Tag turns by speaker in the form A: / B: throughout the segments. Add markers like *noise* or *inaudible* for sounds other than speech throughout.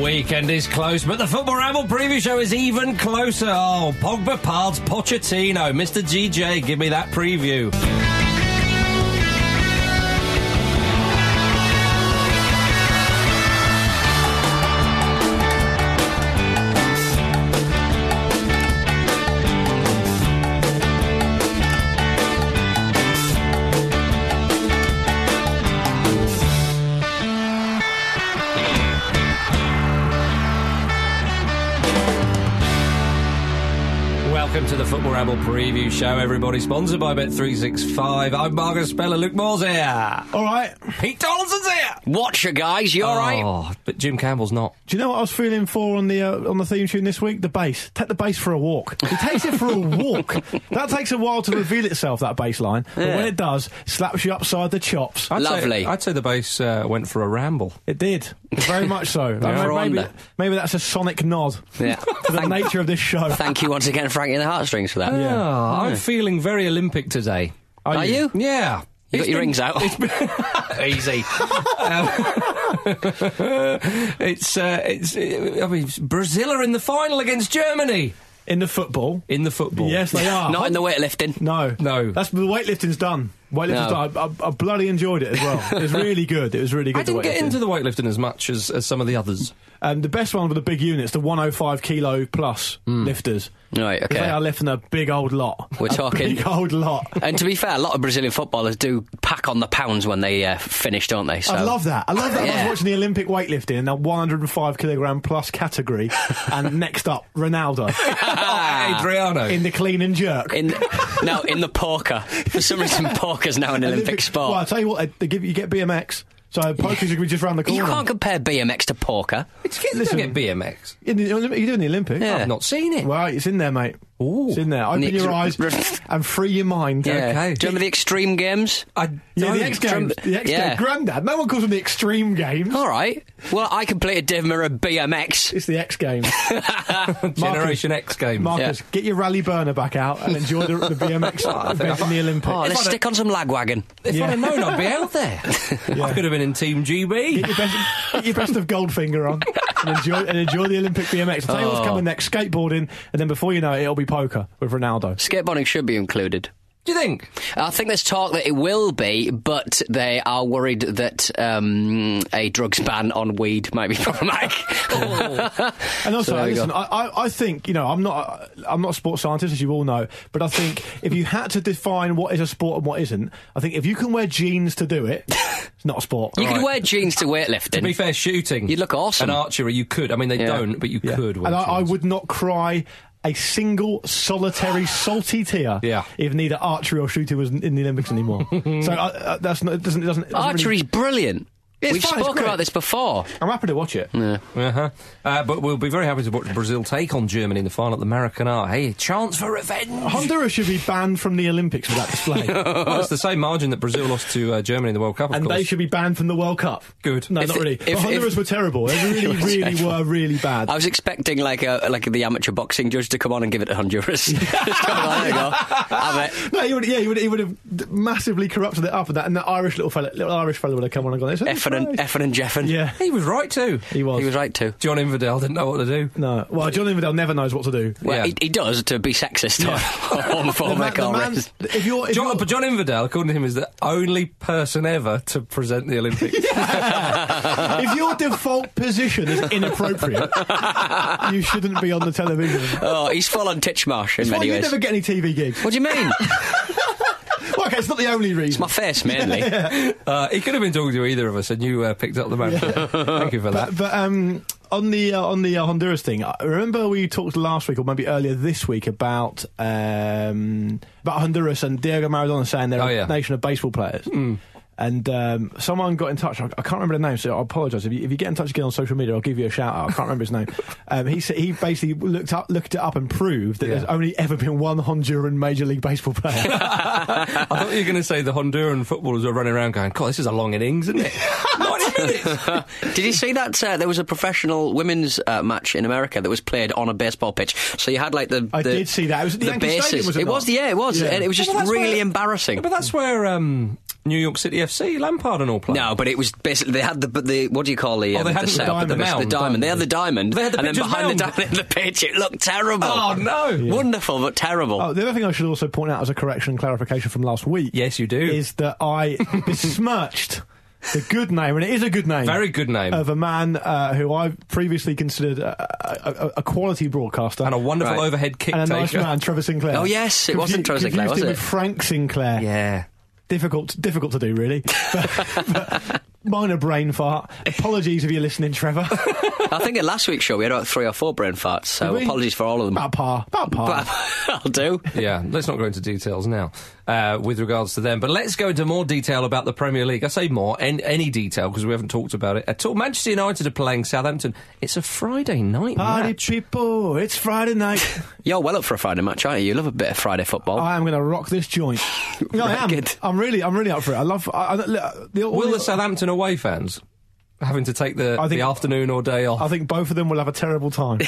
A: weekend is close, but the Football Ramble preview show is even closer. Oh, Pogba, Pards, Pochettino, Mr. GJ, give me that preview. Welcome to the Football Ramble preview show, everybody. Sponsored by Bet365. I'm Margaret Speller, Luke Moore's here.
B: All right.
A: Pete Donaldson's here.
C: Watcher, guys, you all right?
A: Oh, but Jim Campbell's not.
B: Do you know what I was feeling for on the uh, on the theme tune this week? The bass. Take the bass for a walk. It takes it for a walk. That takes a while to reveal itself. That bass line, but when it does, slaps you upside the chops.
A: I'd say-
C: Lovely.
A: I'd say the bass uh, went for a ramble.
B: It did very much so.
C: *laughs*
B: I
C: We're on
B: maybe,
C: that.
B: maybe that's a sonic nod
C: Yeah.
B: *laughs* to the nature of this show.
C: Thank you once again, Frankie and the Heartstrings, for that.
A: Ah, I'm feeling very Olympic today.
C: Are you?
A: Yeah. It's
C: You got your
A: been-
C: rings out. *laughs*
A: Easy. Um, *laughs* it's uh, it's. uh, I mean, Brazil are in the final against Germany
B: in the football?
A: in the football.
B: Yes, they are.
C: Not in the weightlifting.
B: no,
A: No.
B: That's the weightlifting's done. Weightlifting's
C: No.
B: done. I, I, I bloody enjoyed it as well. It was really good. It was really good.
A: I didn't
B: the
A: get
B: weightlifting.
A: into the weightlifting as much as, as some of the
C: *laughs*
A: others.
B: Um, the best one with the big units, the 105 kilo plus lifters. 'Cause
C: Right, Hmm. okay.
B: They are lifting a big old lot. *laughs*
C: We're
B: A
C: talking-
B: big old lot.
C: And to be fair, a lot of Brazilian footballers do pack on the pounds when they uh, finish, don't they? So
B: I
C: *laughs*
B: love that. I love that. I
C: Yeah.
B: was watching the Olympic weightlifting in the 105 kilogram plus
C: *laughs*
B: category, and next up Ronaldo
C: Ah.
A: Oh, Adriano.
B: in the clean and jerk.
C: Oh. In no, in the poker. For some reason, poker's now an Olympic, sport.
B: Well, I tell you what, they give you get BMX.
C: *laughs*
B: So poker's going to be just around the corner.
C: you can't compare BMX to poker.
A: it's kids
B: listen-
A: don't get BMX.
B: In the, Olymp- you do in the Olympics.
C: Yeah.
A: I've not seen it.
B: Well, it's in there, mate.
A: Ooh.
B: It's in there. Open
C: Nick,
B: your
C: r-
B: eyes
C: r- *laughs*
B: and free your mind.
C: Yeah.
A: Okay.
C: Do you remember the extreme games?
A: I
B: Yeah,
A: don't.
B: the X Games. The X
C: Yeah.
B: Games. Grandad. No one calls them the Extreme Games.
C: All right. Well, I completed Dave Mirror BMX.
B: It's the X
C: *laughs*
B: Games.
A: Generation X Games.
B: Marcus,
C: Yeah.
B: get your rally burner back out and enjoy the, the BMX
C: *laughs*
B: event in the Olympics.
C: Oh, let's stick on some lagwagon.
A: if I'd have known, I'd be out
B: *laughs*
A: there. I could have been in Team
B: Get
A: GB.
B: your, best, get your best of Goldfinger on and enjoy, and enjoy the Olympic BMX. I'll tell
C: Oh.
B: you what's coming next skateboarding, and then before you know it, it'll be poker with Ronaldo.
C: Skateboarding should be included.
A: Do you think?
C: I think there's talk that it will be, but they are worried that um, a drugs ban on weed might be *laughs* problematic.
B: And
C: So
B: also,
C: there we
B: listen,
C: go.
B: I, I, I think you know I'm not I'm not a sports scientist as you all know, but I think if you had to define what is a sport and what isn't, I think if you can wear jeans to do it, it's not a sport.
C: you could
A: Right.
C: wear jeans to weightlifting.
A: To be fair, shooting.
C: You'd look awesome.
A: And archery, you could. I mean, they
C: Yeah.
A: don't, but you
B: Yeah.
A: could.
B: And I, I
A: Wilson.
B: would not cry a single solitary
C: *sighs*
B: salty tear
A: Yeah.
B: if neither archery or shooting was in the Olympics
C: *laughs*
B: anymore. so I, I, that's not, it doesn't, it doesn't, it doesn't really-
C: Archery's brilliant.
B: It's
C: We've
B: fine, it's
C: spoken
B: great.
C: about this before.
B: I'm happy to watch it.
A: Uh-huh. Uh, but we'll be very happy to watch Brazil take on Germany in the final at the Maracanã. Hey, chance for revenge.
B: *laughs* Honduras should be banned from the Olympics for that
C: *laughs*
B: display.
A: Well, it's the same margin that Brazil lost to uh, Germany in the World Cup, of
B: And
A: course.
B: they should be banned from the World Cup.
A: Good.
B: No,
A: If
B: not
C: it-
B: really.
C: if-
B: But
C: if-
B: Honduras were terrible.
C: *laughs*
B: They really, really were really bad.
C: I was expecting like a like the amateur boxing judge to come on and give it to Honduras. *laughs* Just go, "Oh, there you go. Have it.
B: No, he would, yeah, he would, he would have massively corrupted it up, and that, and that Irish little fella, little Irish fella, would have come on and gone. "It's a
C: Effin and,
B: surprise."
C: effing and jeffing. *laughs*
B: yeah,
A: He was right too.
B: he was.
C: He was right too.
A: John Inverdale didn't know what to do.
B: No, well, John Inverdale never knows what to do.
C: Well,
A: Yeah.
C: he, he does to be sexist *laughs* or
B: The man-
C: homophobic
B: the
C: or
B: man-
C: racist.
B: if you're, if
A: John,
B: you're-
A: but John Inverdale, according to him, is the only person ever to present the Olympics.
B: *laughs* if your default position is inappropriate, you shouldn't be on the television.
C: Oh, he's full on Titchmarsh in
B: Well,
C: many
B: you
C: ways.
B: never get any TV gigs.
C: What
B: *laughs*
C: do you mean?
B: Well, okay, it's not the only reason.
C: My face mainly.
A: uh, he could have been talking to either of us, and you uh, picked up the man. *laughs* Thank you for
B: *laughs*
A: that.
B: but um, on the uh, on the uh, Honduras thing, I remember we talked last week or maybe earlier this week about um, about Honduras and Diego Maradona saying they're
A: Oh,
B: a
A: yeah.
B: nation of baseball players.
C: Hmm.
B: And um, someone got in touch. I I can't remember the name, so I apologise. If you, if you get in touch again on social media, I'll give you a shout out. I can't remember his
C: *laughs*
B: name. Um, he said he basically looked up, looked it up, and proved that
A: Yeah.
B: there's only ever been one Honduran Major League Baseball player.
C: *laughs*
A: I thought you were going to say the Honduran footballers were running around going, God, this is a long innings,
B: *laughs*
A: isn't it? 90 minutes.
C: Did you see that? Uh, there was a professional women's uh, match in America that was played on a baseball pitch. So you had like the.
B: I
C: the-
B: did see that. It was at the Yankee Stadium, was it
C: was.
B: not?
C: Yeah, it was.
B: Yeah.
C: And it was just
A: Well, that's
C: really
A: why-
C: embarrassing.
A: But that's where um, New York City FC, Lampard and all playing.
C: No, but it was basically they had the but the what do you call the
A: Oh, they
C: um,
A: hadn't
C: the,
A: the
C: setup at the,
A: diamond.
C: best- the
A: Mound,
C: diamond. They had the
A: diamond.
C: diamond,
A: They had the
C: and then
A: pitcher's
C: behind the
A: mound.
C: diamond, the pitch, it looked terrible.
A: Oh, no. Yeah.
C: *laughs* Wonderful but terrible.
B: Oh, the other thing I should also point out as a correction and clarification from last week
A: Yes, you do.
B: is that
C: *laughs*
B: I besmirched the good name, and it is a good name.
A: Very good name.
B: Of a man uh, who I previously considered a, a, a- a quality broadcaster
A: and a wonderful
C: Right.
A: overhead kick
B: and a nice
A: taker. *laughs*
B: man, Trevor Sinclair.
C: Oh, yes, it
B: Confu-
C: wasn't Trevor Sinclair,
B: confused
C: was
B: him
C: it?
B: with Frank Sinclair.
C: yeah.
B: Difficult, difficult to do,
C: *laughs*
B: really. But- but minor brain fart. Apologies if you're listening,
C: *laughs*
B: Trevor.
C: I think at last week's show we had about three or four brain farts, so
B: Did we?
C: Oh, apologies for all of them.
B: About par, about par.
C: But *laughs* I'll do.
A: Yeah, let's not go into details now uh, with regards to them, but let's go into more detail about the Premier League. I say more, and any detail, because we haven't talked about it at all. Manchester United are playing Southampton. It's a Friday night
B: Party
A: match.
B: people, it's Friday night.
C: You're well up for a Friday match, aren't you? You love a bit of Friday football.
B: I am going to rock this
C: *laughs*
B: joint. No, I
C: Rock
B: am.
C: it.
B: I'm really, I'm really up for it. I love. I, I, look, the, all
A: Will
B: the-
A: the Southampton away fans having to take the,
B: I think-
A: the afternoon or day off?
B: I think both of them will have a terrible
C: *laughs*
B: time.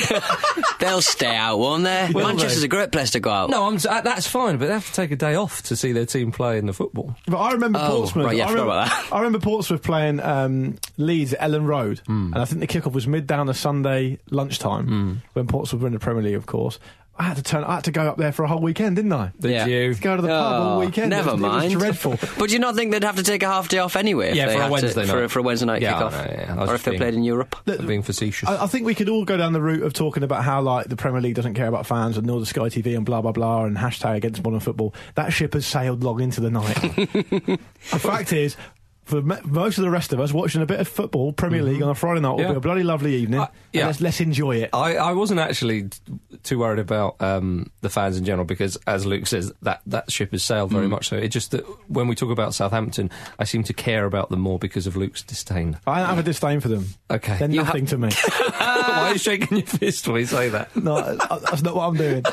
C: They'll stay out, won't they? Manchester's
A: they?
C: a great place to go out.
A: no, I'm, uh, that's fine, but they have to take a day off to see their team play in the football.
B: but I remember
C: Oh,
B: Portsmouth.
C: right, yeah,
B: I,
C: forgot
B: remember,
C: about
B: I remember Portsmouth playing um, Leeds at Ellen Road,
C: Hmm.
B: and I think the kickoff was mid down a Sunday lunchtime when Portsmouth were in the Premier League, of course. I had to turn. I had to go up there for a whole weekend, didn't I?
A: Did
C: Yeah.
A: you?
B: Go to the pub all
C: Oh,
B: weekend.
C: Never
B: It was- it was
C: mind.
B: dreadful.
C: but do you not think they'd have to take a half day off anyway? if
A: Yeah,
C: they
A: for a
C: had to-
A: Wednesday
C: For,
A: night.
C: for a Wednesday night
A: Yeah, I
C: kickoff,
A: know, yeah, I was
C: or if they
A: being-
C: played in Europe.
A: I'm being facetious.
B: I, I think we could all go down the route of talking about how like the Premier League doesn't care about fans and nor the Sky TV and blah blah blah and hashtag against modern football. That ship has sailed long into
A: *laughs*
B: the night. the fact is. For me- most of the rest of us, watching a bit of football, Premier League on a Friday night will
A: Mm-hmm. Yeah.
B: be a bloody lovely evening.
A: Uh, yeah.
B: and let's, let's enjoy it.
A: I, I wasn't actually t- too worried about um, the fans in general because, as Luke says, that, that ship has sailed very much so. It's just that when we talk about Southampton, I seem to care about them more because of Luke's disdain.
B: I don't have a disdain for them.
A: Okay.
B: They're
A: You
B: nothing to me.
A: *laughs* Why are you shaking your fist when you say that?
B: no, I- that's not what I'm doing.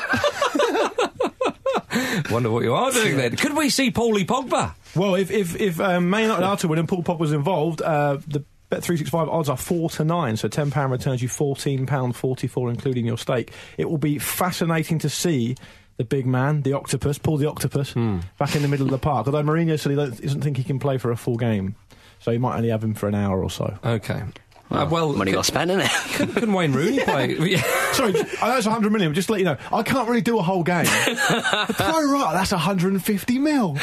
A: Wonder what you are doing then. Could we see Paulie Pogba?
B: Well, if if if um, Man United are to win and Paul Pogba's involved, uh, the Bet three six five odds are four to nine, so ten pound returns you fourteen pound forty four, including your stake. It will be fascinating to see the big man, the octopus, Paul the octopus, back in the middle of the park. Although Mourinho said he don't- doesn't think he can play for a full game, so he might only have him for an hour or so.
A: Okay. Uh, well,
C: money
A: c-
C: got spent,
A: *laughs*
C: is it?
A: couldn't, couldn't Wayne Rooney play? *laughs* Yeah.
B: Sorry, oh, I know it's 100 million, but just to let you know, I can't really do a whole game. Pro rata, that's 150 mil.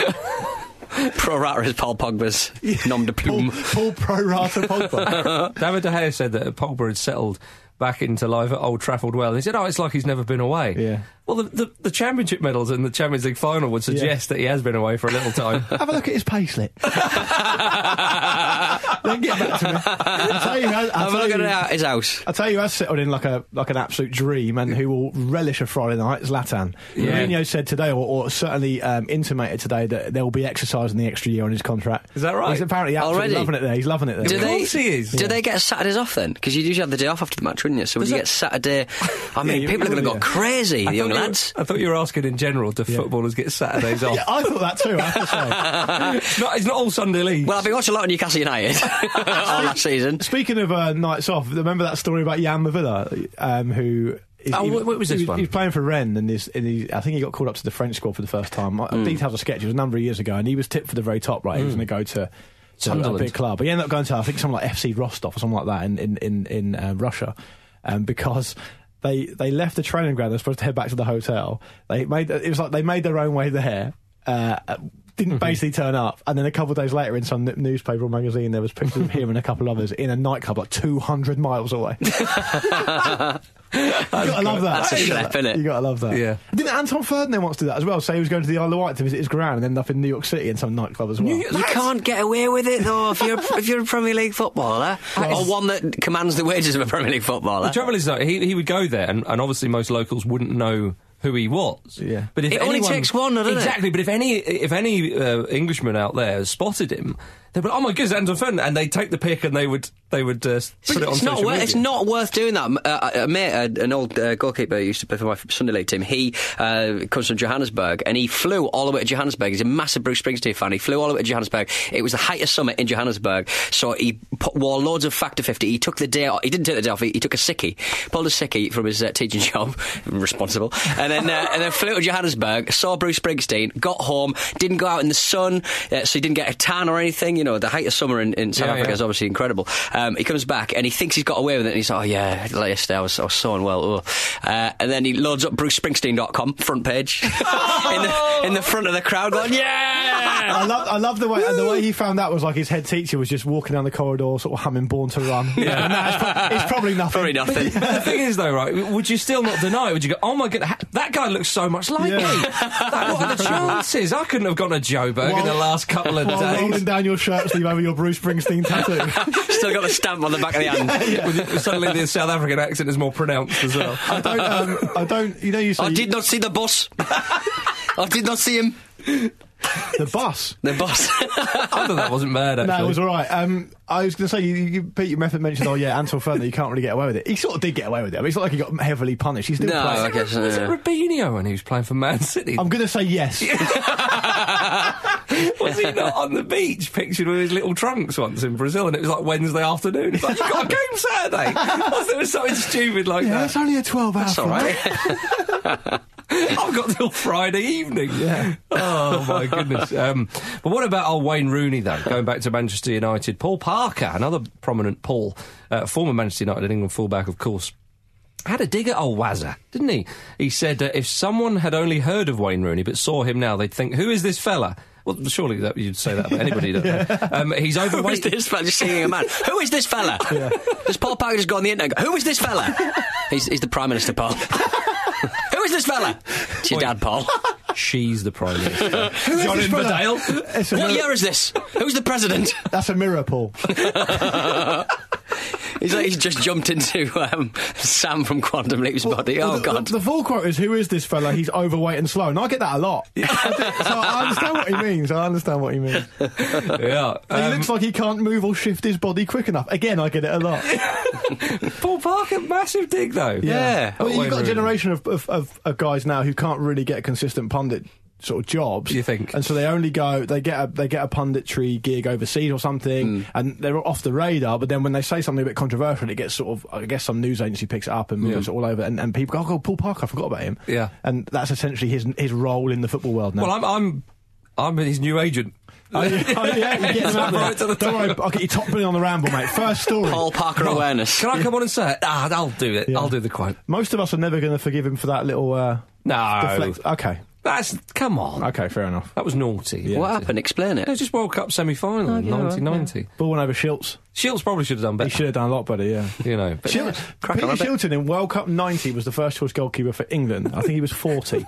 C: Pro rata is Paul Pogba's nom de
B: Paul,
C: plume.
B: Paul pro rata Pogba.
A: David De Gea said that Pogba had settled back into life at Old Trafford well. He said, "Oh, it's like he's never been away."
B: Yeah.
A: Well, the, the, the championship medals and the Champions League final would suggest that he has been away for a
B: *laughs*
A: little time.
B: Have a look at his payslip.
A: *laughs*
B: Then get back to me. I tell you, I, I
C: Uh, Have a
B: tell
C: look
B: you,
C: at his house.
B: I tell you, has settled in like a like an absolute dream, and who will relish a Friday night is Latan.
A: Yeah.
B: Mourinho said today, or, or certainly um, intimated today, that there will be exercise in the extra year on his contract.
A: Is that right?
B: He's apparently absolutely
C: Already?
B: loving it there. He's loving it there.
C: Do
A: Of
C: they,
A: course he is.
C: Do they get Saturdays off then? Because you'd usually have the day off after the match, wouldn't you? So would
A: Does
C: you
A: that-
C: get Saturday? I mean,
B: you-
C: people are
B: you
C: going to go
B: would, yeah.
A: I
C: crazy, the
A: thought
C: young
A: you were-
C: lads.
A: I thought you were asking in general do footballers get Saturdays
B: *laughs*
A: off?
B: Yeah, I thought that too. I have
A: *laughs*
B: to say.
A: it's, not, it's not all Sunday league.
C: Well, I've been watching a lot of Newcastle United
A: *laughs*
C: all last season.
B: Speaking of uh, nights off, remember that story about Jan Mavilla, um, who. is-
A: Oh,
B: he
A: what- what was
B: he
A: this one?
B: He was playing for Rennes, and, his, and he, I think he got called up to the French squad for the first time. I Details are sketchy. It was a number of years ago, and he was tipped for the very top. Right, he was going to go to some
A: Sunderland.
B: big club, but he ended up going to I think some like FC Rostov or something like that in in in, in uh, Russia, um, because. They, they left the training ground. They're supposed to head back to the hotel. They made it was like they made their own way there. Uh, didn't basically turn up, and then a couple of days later, in some n- newspaper or magazine, there was pictures of him and a couple others in a nightclub like 200 miles away. you gotta love that.
C: That's a
B: You
C: schlep,
B: gotta-
C: innit?
B: You gotta love that.
A: Yeah.
B: Didn't Anton Ferdinand once do that as well? Say he was going to the Isle of Wight to visit his gran, and ended up in New York City in some nightclub as well.
C: You can't get away with it though if you're if you're a Premier League footballer or one that commands the wages of a Premier League footballer.
A: The trouble is, though, he, he would go there, and, and obviously most locals wouldn't know who he was.
B: Yeah.
A: but if
C: It only
A: anyone-
C: takes one, doesn't it?
A: exactly. But if any if any uh, Englishman out there spotted him, they'd be like, "Oh my goodness, Anton Ferdinand," and they'd take the pic and they would they would uh, s- put it on
C: it's
A: social
C: not worth,
A: media.
C: it's not worth doing that. Uh, a mate, uh, an old uh, goalkeeper who used to play for my Sunday league team. He uh, comes from Johannesburg, and he flew all the way to Johannesburg. He's a massive Bruce Springsteen fan. He flew all the way to Johannesburg. It was the height of summer in Johannesburg, so he put, wore loads of Factor Fifty. He took the day. Off, he didn't take the day off. He, he took a sickie, pulled a sickie from his uh, teaching *laughs* job, responsible, and then uh, and then flew to Johannesburg. Saw Bruce Springsteen, got home, didn't go out in the sun, uh, so he didn't get a tan or anything. You know, the height of summer in, in South
A: Yeah,
C: Africa
A: yeah.
C: is obviously incredible. Um, he comes back and he thinks he's got away with it, and he's like, "Oh yeah, like yesterday I was, I was so unwell." ugh." Uh, and then he loads up BruceSpringsteen.com front page *laughs* in, the, in the front of the crowd, going, "Yeah!"
B: I love, I love the way and the way he found out was like his head teacher was just walking down the corridor, sort of humming "Born to Run."
C: *laughs*
B: Yeah, it's, pro- it's probably nothing.
C: Probably nothing.
A: the thing is, though, right? Would you still not deny? it? Would you go, "Oh my god, ha- that guy looks so much like
B: Yeah.
A: me"? Like, what are the chances? I couldn't have gone to Joburg in
B: While-
A: the last couple of
B: While rolling
A: days. *laughs*
B: down your shirt sleeve over your Bruce Springsteen tattoo.
C: Still got the stamp on the back of the hand.
A: With- Suddenly, the South African accent is more pronounced as well.
B: I don't, um, I don't. You know, you say
C: I did not see the boss. I did not see him.
B: the bus.
C: The *laughs* boss.
A: I thought that wasn't bad. Actually,
B: No, it was all right. Um, I was going to say, you, you, Pete, your method mentioned, oh yeah, Anton Ferdinand, you can't really get away with it. He sort of did get away with it. I mean, it's not like he got heavily punished. He's still
C: No,
B: playing.
C: I guess.
A: was it
C: Uh,
A: Rubinho when he was playing for Man City?
B: I'm going to say yes.
A: was he not on the beach pictured with his little trunks once in Brazil? And it was like Wednesday afternoon. It's like, you got a game Saturday. *laughs* I thought it was something stupid like
B: yeah, it's only a 12 hour.
C: it's all right.
A: that. I've got till Friday evening.
B: Yeah.
A: Oh, my goodness. Um, but what about old Wayne Rooney, though? Going back to Manchester United, Paul Parker, another prominent Paul, uh, former Manchester United and England fullback, of course. Had a dig at old Wazza, didn't he? He said uh, if someone had only heard of Wayne Rooney but saw him now, they'd think, "Who is this fella?" Well, surely that, you'd say that about anybody, don't you? Um, he's
C: Who is
A: overweight.
C: this fella? Just singing a man. Who is this fella? Does Paul Parker just go on the internet and go, Who is this fella? he's, he's the Prime Minister, Paul. *laughs* Who is this fella? It's your dad, Paul.
A: She's the prime minister.
B: is
A: John
B: this fella?
A: Inverdale.
B: It's a
C: What
B: mirror-
C: year is this? Who's the President?
B: That's a mirror,
C: *laughs*
B: Paul.
C: He's like, he's just jumped into um, Sam from Quantum Leap's body.
B: Well,
C: Oh,
B: the,
C: God.
B: The, the full quote is, "Who is this fella? He's overweight and slow." And I get that a lot. *laughs* I do- so I understand what he means. I understand what he means.
A: yeah.
B: he
A: Um,
B: looks like he can't move or shift his body quick enough. Again, I get it a lot.
A: Paul Parker, massive dig though.
C: Yeah.
B: Well,
A: Wayne
B: you've got a
A: Rooney.
B: generation of, of, of, of guys now who can't really get consistent pundit sort of jobs.
A: You think?
B: And so they only go they get a they get a punditry gig overseas or
A: Hmm.
B: something and they're off the radar, but then when they say something a bit controversial it gets sort of I guess some news agency picks it up and moves it all over and, and people go, Oh God, Paul Parker, I forgot about him.
A: Yeah.
B: And that's essentially his his role in the football world now. *laughs*
A: Well, I'm, I'm, I'm his new agent.
B: Oh, yeah, oh, yeah, you
A: *laughs*
B: get
A: It's
B: him out
A: up
B: there.
A: right to the
B: Don't worry,
A: top.
B: I'll get you top billing on the ramble, mate. First story.
C: Paul Parker awareness.
A: Can I come on and say it? Ah, I'll do it.
B: Yeah.
A: I'll do the quote.
B: Most of us are never going to forgive him for that little uh,
A: No,
B: deflect. Okay,
A: that's come on.
B: okay, fair enough.
A: That was naughty.
C: What happened? Explain
A: No,
C: it.
A: just World Cup semi-final,
C: Oh,
A: in 1990.
B: Ball went over Schiltz.
A: Shields probably should have done
B: He
A: better.
B: should have done a lot better, yeah.
A: You know, but
B: Shil-
C: Crack
B: Peter
C: on a bit.
B: Shilton in World Cup 90 was the first choice goalkeeper for England. I think he was 40.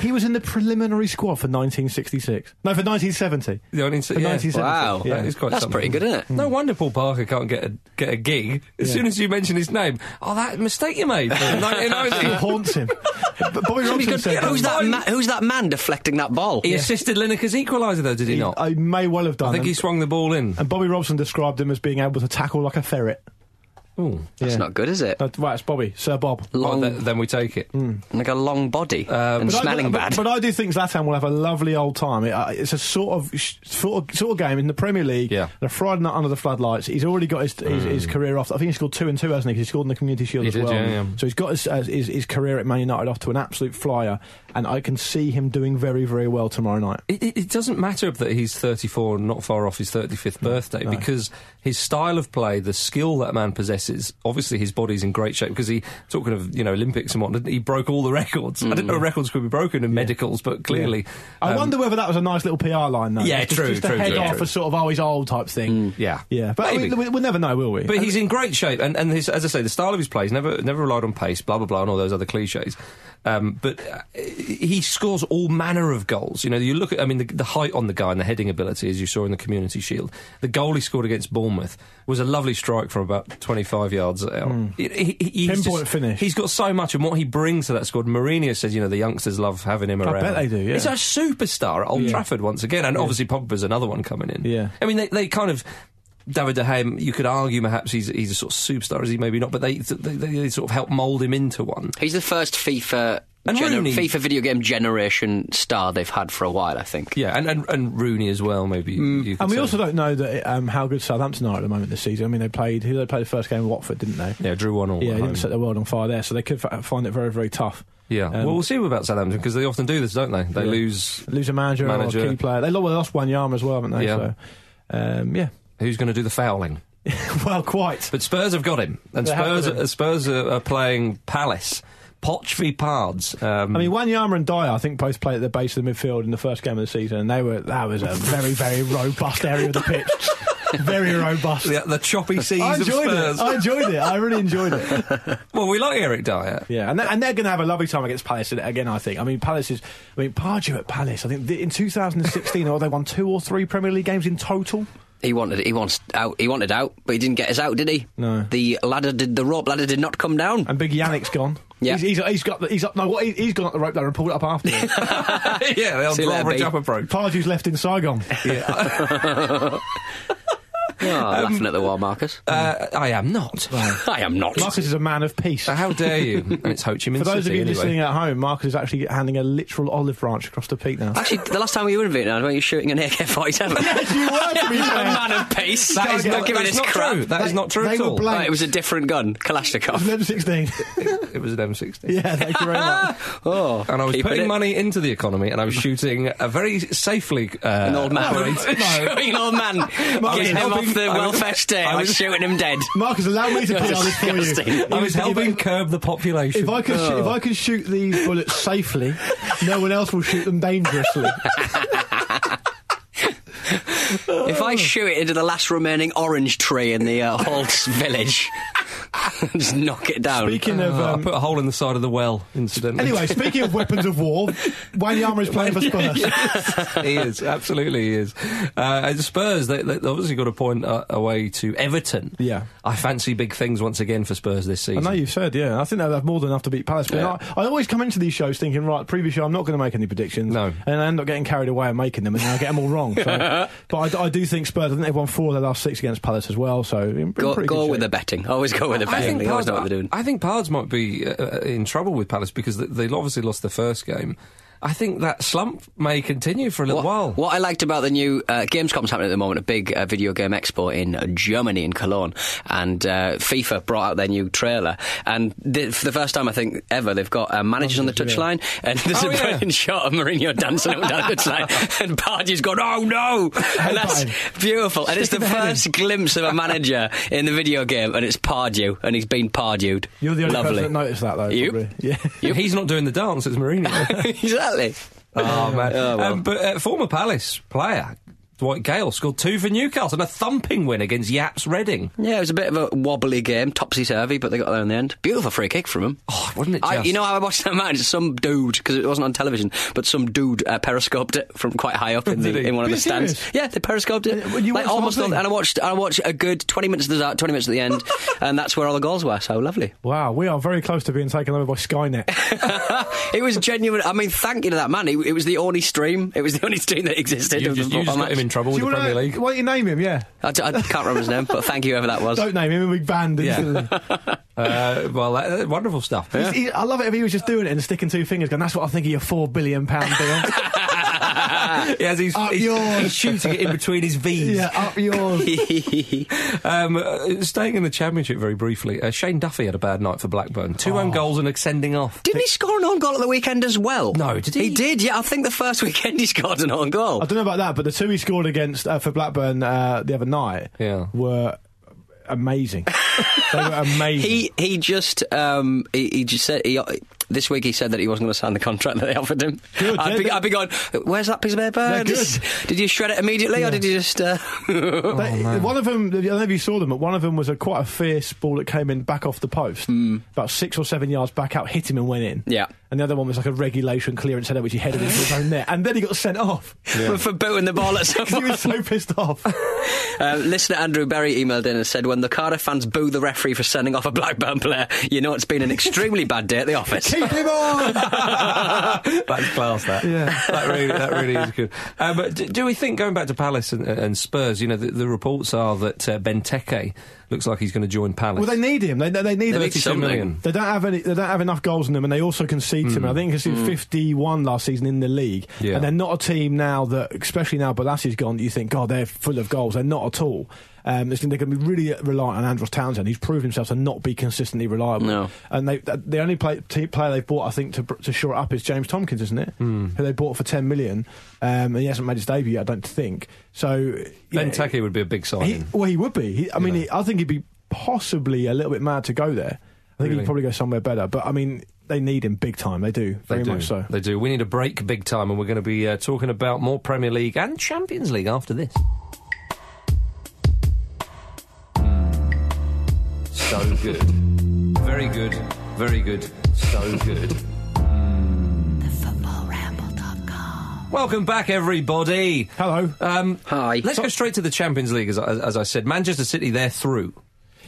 B: he was in the preliminary squad for 1966. No, for 1970.
A: the only-
B: For
A: yeah.
B: 1970.
C: Wow.
A: That is quite
C: That's
A: something.
C: pretty good, isn't
B: Hmm.
C: it?
A: No wonder Paul Parker can't get a get a gig. As soon as you mention his name, oh, that mistake you
B: *laughs*
A: made. in 1990.
B: It *laughs* haunts him. But Bobby Robson
A: good.
B: said
A: Yeah,
C: Who's that, ma- who's that man deflecting that ball?
A: He assisted Lineker's equaliser, though, did he, not? I,
B: I may well have done.
A: think he
B: and,
A: swung the ball in.
B: and Bobby Robson described him as being able to tackle like a ferret.
A: Ooh.
C: That's
B: Yeah.
C: not good, is it?
B: That- right, it's Bobby, Sir Bob.
A: Oh,
C: Long,
A: th- then we take it.
C: like a long body and
B: But I-
C: smelling
B: but-
C: bad.
B: But, I do think Zlatan will have a lovely old time. It, uh, it's a sort of sh- sort of, sort of game in the Premier League.
A: Yeah. Hmm.
B: The Friday night under the floodlights. He's already got his, his, his career off. I think he scored two and two, hasn't he? 'Cause he scored in the Community Shield
A: He
B: as
A: did,
B: well.
A: yeah, yeah.
B: So he's got his, uh, his his career at Man United off to an absolute flyer, and I can see him doing very very well tomorrow night.
A: It, it, it doesn't matter that he's 34 and not far off his 35th birthday because his style of play, the skill that man possesses, obviously his body's in great shape because he, talking of, you know, Olympics and whatnot, he broke all the records. I didn't know records could be broken in medicals, but clearly.
B: Mm. I
A: um,
B: wonder whether that was a nice little PR line though.
A: Yeah,
B: just,
A: true,
B: Just to
A: true,
B: head
A: true,
B: off
A: true. Hmm.
B: a sort of oh he's old type thing.
A: Yeah.
B: Yeah, but
A: Maybe.
B: we, we, we'll never know, will we?
A: But he's in great shape, and and his, as I say, the style of his plays never never relied on pace, blah blah blah, and all those other cliches. Um, but uh, he scores all manner of goals. You know, you look at, I mean, the, the height on the guy and the heading ability, as you saw in the Community Shield. The goal he scored against Bournemouth was a lovely strike from about 25 yards out. He- he- he's
B: Pinpoint Hmm. finish.
A: He's got so much, and what he brings to that squad. Mourinho says, you know, the youngsters love having him
B: I
A: around.
B: bet they do, yeah.
A: He's a superstar at Old Trafford once again, and obviously Pogba's another one coming in.
B: Yeah.
A: I mean, they, they kind of. David De Gea, you could argue perhaps he's, he's a sort of superstar, is he? Maybe not, but they they, they sort of help mould him into one.
C: He's the first FIFA
A: And
C: gener-
A: Rooney.
C: FIFA video game generation star they've had for a while, I think.
A: Yeah, and, and, and Rooney as well, maybe. you could
B: Mm, And we
A: say.
B: also don't know that um, how good Southampton are at the moment this season. I mean, they played who they played the first game, Watford, didn't they?
A: Yeah, drew one all.
B: Yeah,
A: at
B: they
A: home.
B: didn't set the world on fire there, so they could f- find it very, very tough.
A: Yeah.
B: Um,
A: well, we'll see about Southampton because they often do this, don't they? They
B: Yeah.
A: lose.
B: Lose a manager, or a
A: Manager.
B: key player. They lost, well, they lost Wanyama as well, haven't they?
A: Yeah.
B: So, um, yeah. *laughs*
A: Who's going to do the fouling?
B: well, quite.
A: But Spurs have got him, and
B: They have
A: Spurs
B: got him.
A: uh, Spurs are, are playing Palace. Poch v Pards. Um,
B: I mean, Wanyama and Dyer, I think, both played at the base of the midfield in the first game of the season, and they were that was a very, very robust area of the pitch.
A: *laughs*
B: very robust.
A: the, the choppy seas
B: *laughs* I
A: of
B: enjoyed
A: Spurs.
B: it. I enjoyed it. I really enjoyed it.
A: *laughs* well, we like Eric Dyer.
B: Yeah, and they're, and they're going to have a lovely time against Palace and again. I think. I mean, Palace is. I mean, Pardew at Palace. I think th- in 2016, or *laughs* they won two or three Premier League games in total.
C: He wanted he wants out he wanted out, but he didn't get us out, did he?
B: No.
C: The ladder did the rope ladder did not come down.
B: And Big Yannick's gone.
C: Yeah.
B: he's, he's, he's got. the- He's up. No, what, he, he's gone up the rope ladder and pulled it
A: *laughs*
B: up afterwards.
A: yeah, they'll
C: See you later,
A: draw a
C: B.
A: jump
B: *laughs*
A: approach.
B: Pardew's left in Saigon.
C: Oh, laughing at the wall, Marcus.
A: Uh, I am not.
C: I am not.
B: Marcus is a man of peace.
A: How dare
B: *laughs*
A: you? And it's Ho Chi Minh
B: For those of
A: City
B: you
A: anyway.
B: listening at home, Marcus is actually handing a literal olive branch across the
A: *laughs*
B: peak now.
C: Actually, the last time we were in Vietnam, weren't you shooting an AK-47? yes,
B: you were, to be
C: *laughs*
B: fair.
C: man of peace.
A: That is
C: not
A: not,
C: giving
A: that's
C: us
A: not
C: crap.
A: true. That is
B: They-
A: not true
B: they
A: at
B: were
A: all.
B: blank.
C: Right, it was a different gun, Kalashnikov.
A: *laughs*
B: Level 16.
A: It was an M16.
B: yeah, thank you very much.
C: *laughs* Oh,
A: and I was
C: keeping
A: putting
C: it-
A: money into the economy,
B: *laughs*
A: and I was shooting a very safely uh,
C: An old man. *laughs*
A: operate-
C: shooting an old man. Getting him
A: helping-
C: off
A: *laughs*
C: the
A: I was-
C: welfare state. I was
A: was-
C: shooting
A: *laughs*
C: him dead.
B: Marcus, allow me to
C: That's
B: put on this for
C: disgusting.
B: you.
A: I was
B: If- if-
A: helping curb the population. Uh,
B: If I could, shoot, if I could shoot these bullets safely, no one else will shoot them dangerously.
C: If I shoot it into the last remaining orange tree in the uh, Holt's village, *laughs* just knock it down.
B: Speaking of,
A: Oh, I
B: um,
A: put a hole in the side of the well, incidentally.
B: anyway, speaking of weapons of war, Wanyama is playing for
A: *laughs*
B: Spurs.
A: he is absolutely he is. Uh, and Spurs, they, they obviously got a point uh, away to Everton.
B: Yeah.
A: I fancy big things once again for Spurs this
B: I
A: season.
B: know you've said, yeah. I think they'll have more than enough to beat Palace. But
C: Yeah.
B: I, I always come into these shows thinking, right, previous year I'm not going to make any predictions.
A: No.
B: And I end up getting carried away and making them, and then I get them all
C: *laughs*
B: wrong. So. but I d- I, do think Spurs, I think they've won four of their last six against Palace as well. So in,
C: Go,
B: pretty
C: go
B: good
C: with the
B: shape.
C: betting. Always go with the betting. They always know what they're doing.
A: I think Pards might be uh, uh, in trouble with Palace because they, they obviously lost the first game. I think that slump may continue for a little
C: What,
A: while.
C: what I liked about the new uh, Gamescom's happening at the moment, a big uh, video game expo in uh, Germany, in Cologne, and uh, FIFA brought out their new trailer. And th- for the first time, I think, ever, they've got uh, managers on the touchline, and there's
A: Oh,
C: a
A: yeah.
C: brilliant shot of Mourinho dancing up and down the
B: *laughs*
C: touchline, and Pardew's gone, oh no! And that's beautiful. And it's the first glimpse of a manager *laughs* in the video game, and it's Pardew, and he's been Pardewed.
B: You're the only
C: Lovely.
B: person that noticed that, though.
C: You?
B: probably. *laughs* Yeah.
A: He's not doing the dance, it's
C: *laughs*
A: Mourinho. *laughs*
C: exactly.
A: Oh man!
C: well.
A: um, but uh, former Palace player Dwight Gale scored two for Newcastle and a thumping win against Yaps Reading.
C: Yeah, it was a bit of a wobbly game, topsy turvy, but they got there in the end. Beautiful free kick from him.
A: Oh, wasn't it? Just?
C: I, you know how I watched that match? Some dude, because it wasn't on television, but some dude uh, periscoped it from quite high up in, the,
A: Did he?
C: in one of
B: Be
C: the stands.
B: serious?
C: Yeah, they periscoped it.
B: Uh, well, you
C: like
B: watched the
C: almost,
B: whole
C: all-
B: thing?
C: and I watched, I watched a good twenty minutes of the start, twenty minutes at
A: *laughs*
C: the end, and that's where all the goals were. So lovely. *laughs*
B: Wow, we are very close to being taken over by Skynet.
C: It was genuine. I mean, thank you to that man. It, it was the only stream. It was the only stream that existed.
A: you
C: of the
A: just, you
C: football
A: just got
C: match.
A: him in trouble
B: Do
A: with
B: you
A: the
B: wanna-
A: Premier League.
B: Why don't you name him? Yeah.
C: I, d- I can't remember his name, but thank you whoever that was.
B: Don't name him, he'll be banned
A: Yeah.
B: instantly.
C: *laughs*
B: *laughs*
A: Uh, well, that, that- wonderful stuff.
B: He's-
A: *laughs*
B: he- I love it if he was just doing it and sticking two fingers, going, that's what I think of your £4 billion pound
C: *laughs*
B: deal.
A: Yeah, as he's,
B: Up
A: he's,
B: yours.
A: he's shooting it in between
B: *laughs*
A: his V's.
B: yeah, up
C: *laughs*
B: yours.
A: Um, uh, staying in the championship very briefly, uh, Shane Duffy had a bad night for Blackburn. Two
B: Oh.
A: own goals and a sending off.
C: Didn't he score an own goal at the weekend as well?
A: No, did he?
C: He did. Yeah, I think the first *laughs* weekend he scored an own goal.
B: I don't know about that, but the two he scored against uh, for Blackburn uh, the other night
A: Yeah.
B: were amazing. *laughs* they were amazing.
C: He he just um he, he just said he This week he said that he wasn't going to sign the contract that they offered him.
B: Good,
C: I'd,
B: yeah,
C: be,
B: they-
C: I'd be going, where's that piece of paper?
B: They're
C: Did,
B: good.
C: did you shred it immediately or did you just. Uh, *laughs*
B: They- Oh, one of them, I don't know if you saw them, but one of them was a quite a fierce ball that came in back off the post, about six or seven yards back out, hit him and went in.
C: Yeah.
B: And the other one was like a regulation clearance header, which he headed into his own net, and then he got sent off.
C: for booting the ball
B: *laughs*
C: at
B: 'Cause *laughs* he
C: someone.
B: was so pissed off.
C: Uh, listener Andrew Berry emailed in and said, "When the Cardiff fans boo the referee for sending off a Blackburn player, you know it's been an extremely bad day at the
B: *laughs*
C: office."
B: Keep him on!
A: That's class. *laughs* That
B: Yeah.
A: that really that really is good. Um, but do, do we think going back to Palace and, and Spurs? You know, the, the reports are that uh, Benteke looks like he's going to join Palace.
B: well, they need him. They, they, they need
C: They
B: him.
C: need
A: Thirty-two million.
B: They don't have any. They don't have enough goals in them, and they also concede to them. I think they conceded 51 last season in the league,
A: Yeah.
B: and they're not a team now that, especially now Balassi's gone. You think, God, they're full of goals. They're not at all. Um, it's- they're going to be really reliant on Andros Townsend. He's proved himself to not be consistently reliable.
C: No.
B: And they, th- the only play, t- player they've bought, I think, to, br- to shore it up is James Tompkins, isn't it? Who they bought for 10 million, um, and he hasn't made his debut yet, I don't think. So you know,
A: Benteke would be a big
B: he,
A: signing.
B: well, he would be. He, I mean, he, I think he'd be possibly a little bit mad to go there. I think
A: Really?
B: he'd probably go somewhere better. But I mean, they need him big time. They do
A: They
B: very
A: do.
B: much so.
A: They do. We need a break big time, and we're going to be uh, talking about more Premier League and Champions League after this. Mm. So good. Very good. Very good. So good. Hmm.
D: footballramble.com.
A: Welcome back, everybody.
B: Hello.
A: Um,
C: Hi.
A: Let's go straight to the Champions League, as, as, as I said. Manchester City, they're through.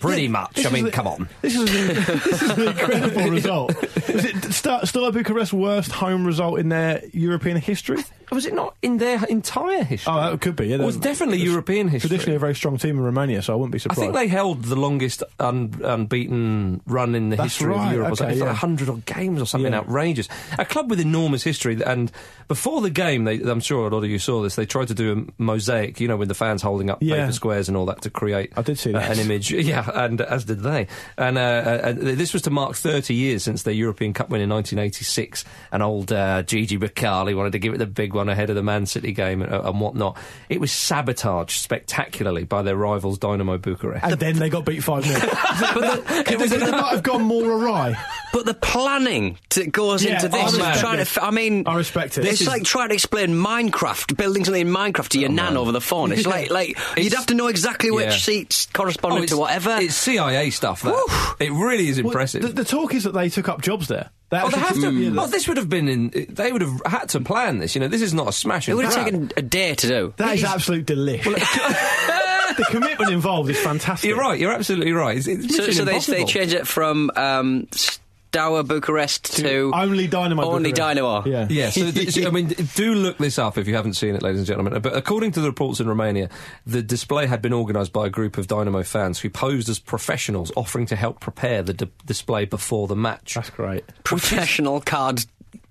A: Pretty much.
B: This
A: I
B: is
A: mean,
B: the-
A: come on.
B: This
A: *laughs*
B: is, an, this is an incredible result. Is it St- Stella Bucharest's worst home result in their European history?
A: Was it not in their entire history?
B: Oh, that could be. Yeah,
A: It was
B: They're-
A: definitely
B: it's
A: European history.
B: Traditionally, a very strong team in Romania, so I wouldn't be
A: I
B: surprised.
A: think they held the longest un- unbeaten run in the
B: That's
A: history of
B: right,
A: Europe. or
B: okay,
A: something. It's like
B: yeah.
A: 100 odd games or something
B: Yeah.
A: outrageous. A club with enormous history. And before the game, they, I'm sure a lot of you saw this, they tried to do a mosaic, you know, with the fans holding up
B: Yeah.
A: paper squares and all that to create
B: I did see that.
A: an image. *laughs* Yeah, and as did they. And uh, uh, uh, this was to mark 30 years since their European Cup win in 1986. And old uh, Gigi Riccardi wanted to give it the big one ahead of the Man City game and, and whatnot. It was sabotaged spectacularly by their rivals Dynamo Bucharest.
B: and then they got beat 5
A: *laughs*
B: 0. Could
C: *laughs*
B: they not have gone more awry?
C: But the planning that goes
B: Yeah,
C: into
B: I
C: this,
B: respect
C: trying to,
B: it.
C: f- I mean,
B: I respect it.
C: It's
B: This is-
C: like trying to explain Minecraft, building something in Minecraft to your nan over the phone. It's like, like you'd have to know exactly which
A: Yeah.
C: seats
A: Oh,
C: corresponded
A: it's-
C: to whatever.
A: It's CIA stuff. That. It really is
B: Well,
A: impressive.
B: The, the talk is that they took up jobs there.
A: Oh, they
B: actually
A: have
B: took-
A: to.
C: Mm.
B: yeah,
A: Oh, this would have been in. They would have had to plan this. You know, this is not a smash.
C: it
A: and
C: would have
A: grab.
C: taken a day to do.
B: That is absolute delish. *laughs* the commitment involved is fantastic.
A: You're right. You're absolutely right. It's, it's
C: So,
A: mission
C: so they, they
A: impossible.
C: changed it from um, Stour Bucharest to,
B: Only Dynamo.
C: Only
B: Bucharest.
C: Dynamo.
B: Yeah.
A: Yeah, so, th- so, I
B: *laughs*
A: mean, do look this up if you haven't seen it, ladies and gentlemen. But according to the reports in Romania, the display had been organised by a group of Dynamo fans who posed as professionals, offering to help prepare the d- display before the match.
B: That's great.
C: professional card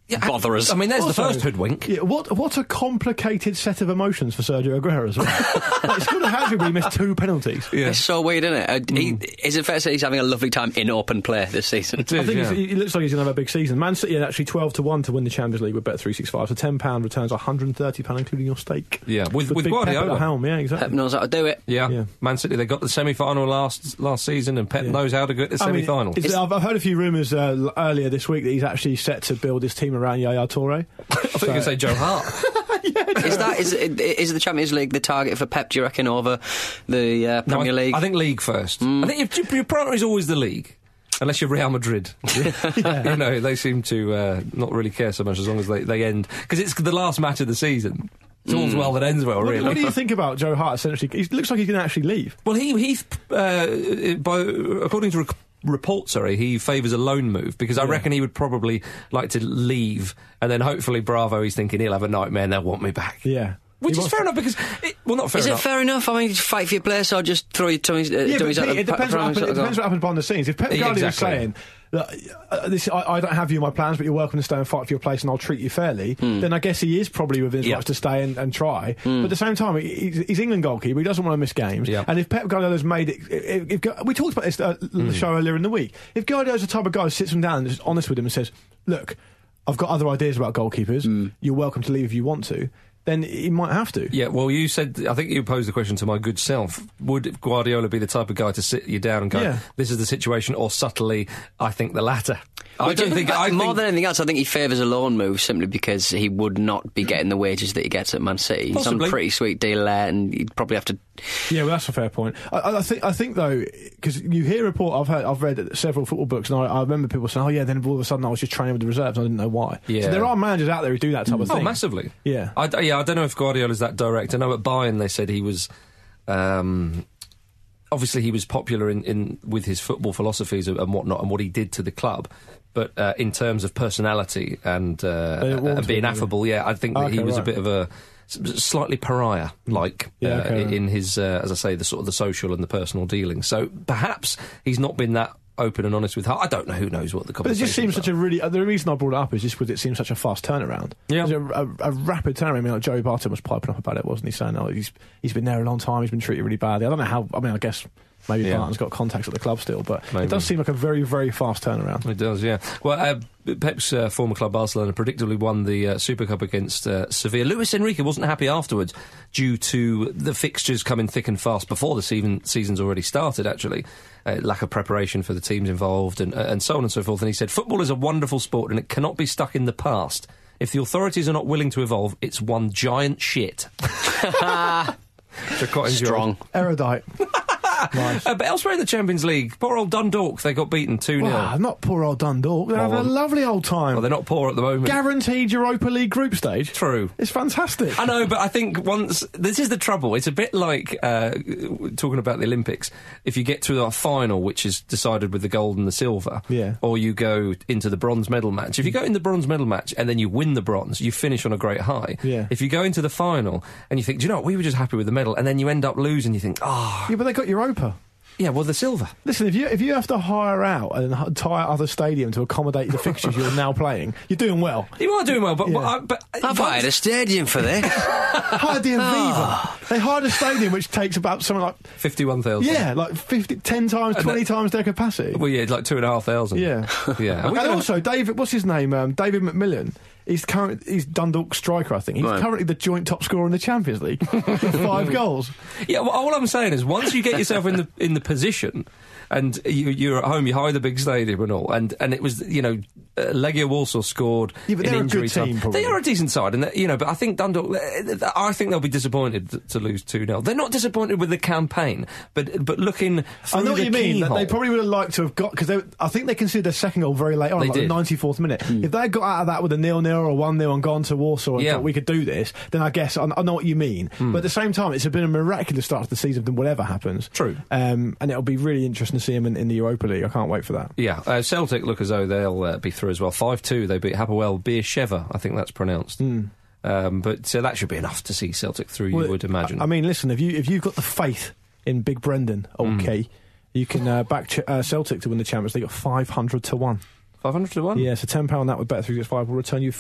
C: botherers.
A: I mean, there's
B: Also-
A: the first hoodwink.
B: Yeah, what what a complicated set of emotions for Sergio Aguero as well.
A: *laughs*
B: like, it's good to have him, but he missed two penalties.
A: Yeah.
C: It's so weird, isn't it? Uh, He, is it fair to say he's having a lovely time in open play this season?
A: It
B: I
A: is,
B: think e-,
A: yeah.
B: he's- he looks like he's going to have a big season. Man City are actually 12 to 1 to win the Champions League with Bet365. So £10 returns £130, including your stake.
A: Yeah, with- with
B: big Pep at
A: Guardiola.
B: the helm. Yeah, exactly.
C: Pep knows how to do it.
A: Yeah.
B: Yeah.
A: Man City, they got the semi final last last season, and Pep
B: Yeah.
A: knows how to get the
B: I
A: semi
B: mean,
A: final.
B: is- I've, I've heard a few rumours uh, l- earlier this week that he's actually set to build his team around Yaya Toure.
A: I thought you were going to say Joe
B: *laughs*
A: Hart.
C: Is that is is the Champions League the target for Pep? Do you reckon over the uh,
A: No, I-
C: Premier League?
A: I think league first.
B: Mm.
A: I think your, your priority is always the league. Unless you're Real
B: *laughs*
A: Madrid, *laughs* you know they seem to uh, not really care so much as long as they, they end because it's the last match of the season. It's all's well that ends well,
B: Mm. What,
A: really.
B: what do you think about Joe Hart? Essentially, he looks like he's going to actually leave.
A: Well, he he uh, by according to rec- report, sorry, he favours a loan move because I reckon he would probably like to leave, and then hopefully Bravo, he's thinking he'll have a nightmare and they'll want me back.
B: Yeah,
A: Which
B: He
A: is
B: wants-
A: fair enough because it, well, not fair
C: is it
A: enough.
C: fair enough? I mean, fight for your place or just throw your tummies, uh,
B: Yeah, but
C: dummies out
B: it,
C: the
B: it depends, what
C: pram-
B: happened, it depends what happened behind the scenes. If Pep
A: Yeah,
B: Guardiola is
A: exactly.
B: saying, "Look, uh, this, I, I don't have you in my plans, but you're welcome to stay and fight for your place, and I'll treat you fairly," then I guess he is probably within his
A: Hmm. Yeah. Hmm.
B: rights to stay and, and try. But at the same time, he- he's, he's England goalkeeper; he doesn't want to miss games.
A: Yeah.
B: And if Pep Guardiola's made it, if, if, Gu- we talked about this uh,
A: Hmm.
B: the show earlier in the week. If Guardiola's the type of guy who sits him down and is
A: Hmm.
B: honest with him and says, "Look, I've got other ideas about goalkeepers. You're welcome to leave if you want to." then he might have to.
A: Yeah, well, you said, I think you posed the question to my good self. Would Guardiola be the type of guy to sit you down and go,
B: Yeah.
A: this is the situation, or subtly, I think the latter? I don't think. I
C: more
A: think-
C: than anything else, I think he favours a loan move simply because he would not be getting the wages that he gets at Man City. He's on
A: Possibly.
C: a pretty sweet deal there, and he'd probably have to.
B: Yeah, well, that's a fair point. I- I, I think I think though, because you hear a report I've heard, I've read several football books, and I, I remember people saying, "Oh yeah," then all of a sudden I was just training with the reserves, and I didn't know why.
A: Yeah.
B: So there are managers out there who do that type of
A: Oh,
B: thing.
A: massively.
B: Yeah.
A: I, d- yeah, I don't know if Guardiola's that direct. I know at Bayern they said he was. Um, obviously, he was popular in, in with his football philosophies and- and whatnot, and what he did to the club. But uh, in terms of personality and uh,
B: They warmed
A: and being
B: to him,
A: affable, yeah, I think that he
B: Okay,
A: was a
B: right.
A: bit of a s- slightly pariah like
B: Yeah,
A: uh,
B: okay,
A: in
B: right.
A: in his uh, as I say the sort of the social and the personal dealings. So perhaps he's not been that open and honest with her. I don't know who knows what the
B: But it
A: conversation.
B: just seems such a really. uh, The reason I brought it up is just because it seems such a fast turnaround.
A: Yeah.
B: It's a, a, a rapid turnaround. I mean, like Joey Barton was piping up about it, wasn't he? Saying, "Oh, he's he's been there a long time. He's been treated really badly." I don't know how. I mean, I guess maybe
A: Yeah.
B: Barton's got contacts at the club still, but
A: Maybe.
B: it does seem like a very very
A: *laughs*
B: fast turnaround.
A: It does, yeah. Well, uh, Pep's uh, former club Barcelona predictably won the uh, Super Cup against uh, Sevilla. Luis Enrique wasn't happy afterwards due to the fixtures coming thick and fast before the season, season's already started, actually. Uh, lack of preparation for the teams involved and, uh, and so on and so forth. And he said, Football is a wonderful sport and it cannot be stuck in the past. If the authorities are not willing to evolve, it's one giant shit. *laughs* Which I quite enjoyed.
C: Strong.
A: *laughs*
B: Erudite. nice.
A: Uh, but elsewhere in the Champions League, poor old Dundalk, they got beaten 2 0.
B: Wow, not poor old Dundalk. They're having a
A: Well,
B: lovely old time.
A: Well, they're not poor at the moment.
B: Guaranteed Europa League group stage.
A: True.
B: It's fantastic.
A: I know, but I think once this is the trouble. It's a bit like uh, talking about the Olympics. If you get to a final, which is decided with the gold and the silver,
B: Yeah.
A: or you go into the bronze medal match. If you go in the bronze medal match and then you win the bronze, you finish on a great high.
B: Yeah.
A: If you go into the final and you think, do you know what, we were just happy with the medal, and then you end up losing, you think, ah,
B: Yeah, but they got Europa.
A: yeah, well, the silver.
B: Listen, if you if you have to hire out an entire other stadium to accommodate the fixtures you're now playing, you're doing well.
A: You are doing well, but
B: Yeah.
A: but, but
C: I've hired a stadium for this. *laughs*
B: Hire the
A: Ah.
B: Aviva. they hired a stadium which takes about something like
A: fifty-one thousand.
B: yeah, like 50, 10 times, twenty times their capacity.
A: Well, yeah, it's like two and a half thousand.
B: Yeah. *laughs*
A: yeah. Are we
B: and
A: gonna-
B: also, David, what's his name? Um, David McMillan. He's current. He's Dundalk striker, I think. He's
C: Right.
B: currently the joint top scorer in the Champions League *laughs*
A: *laughs*
B: with five goals.
A: Yeah, well, all I'm saying is once you get yourself in the in the position, and you, you're at home, you hire the big stadium and all, and, and it was you know uh, Legia Warsaw scored
B: Yeah, but
A: in
B: they're a
A: injury
B: good team,
A: time.
B: probably.
A: They are a decent side, and they- you know, but I think Dundalk, uh, I think they'll be disappointed th- to lose two 0 They're not disappointed with the campaign, but but looking through
B: I know
A: the
B: what you mean. that
A: keyhole-
B: They probably would have liked to have got because I think they considered their second goal very late on,
A: They
B: like the
A: did. Hmm.
B: ninety fourth minute. If they had got out of that with a nil nil or one nil and gone to Warsaw and
A: Yeah. Hmm.
B: thought we could do this, then I guess I, I know what you mean. But at the same time, it's been a miraculous start to the season. Than whatever happens,
A: True.
B: Um, and it'll be really interesting to see him in, in the Europa League. I can't wait for that.
A: Yeah, uh, Celtic look as though they'll uh, be through as well. 5 2, they beat Hapoel Beersheva, I think that's pronounced. Um, but so that should be enough to see Celtic through,
B: Hmm. Well,
A: you would imagine.
B: I, I mean, listen, if you if you've got the faith in Big Brendan,
A: Hmm.
B: okay. You can uh, back Ch- uh, Celtic to win the Champions League at 500 to 1.
A: 500 to 1?
B: Yeah, so £10 on that with Bet365 will return you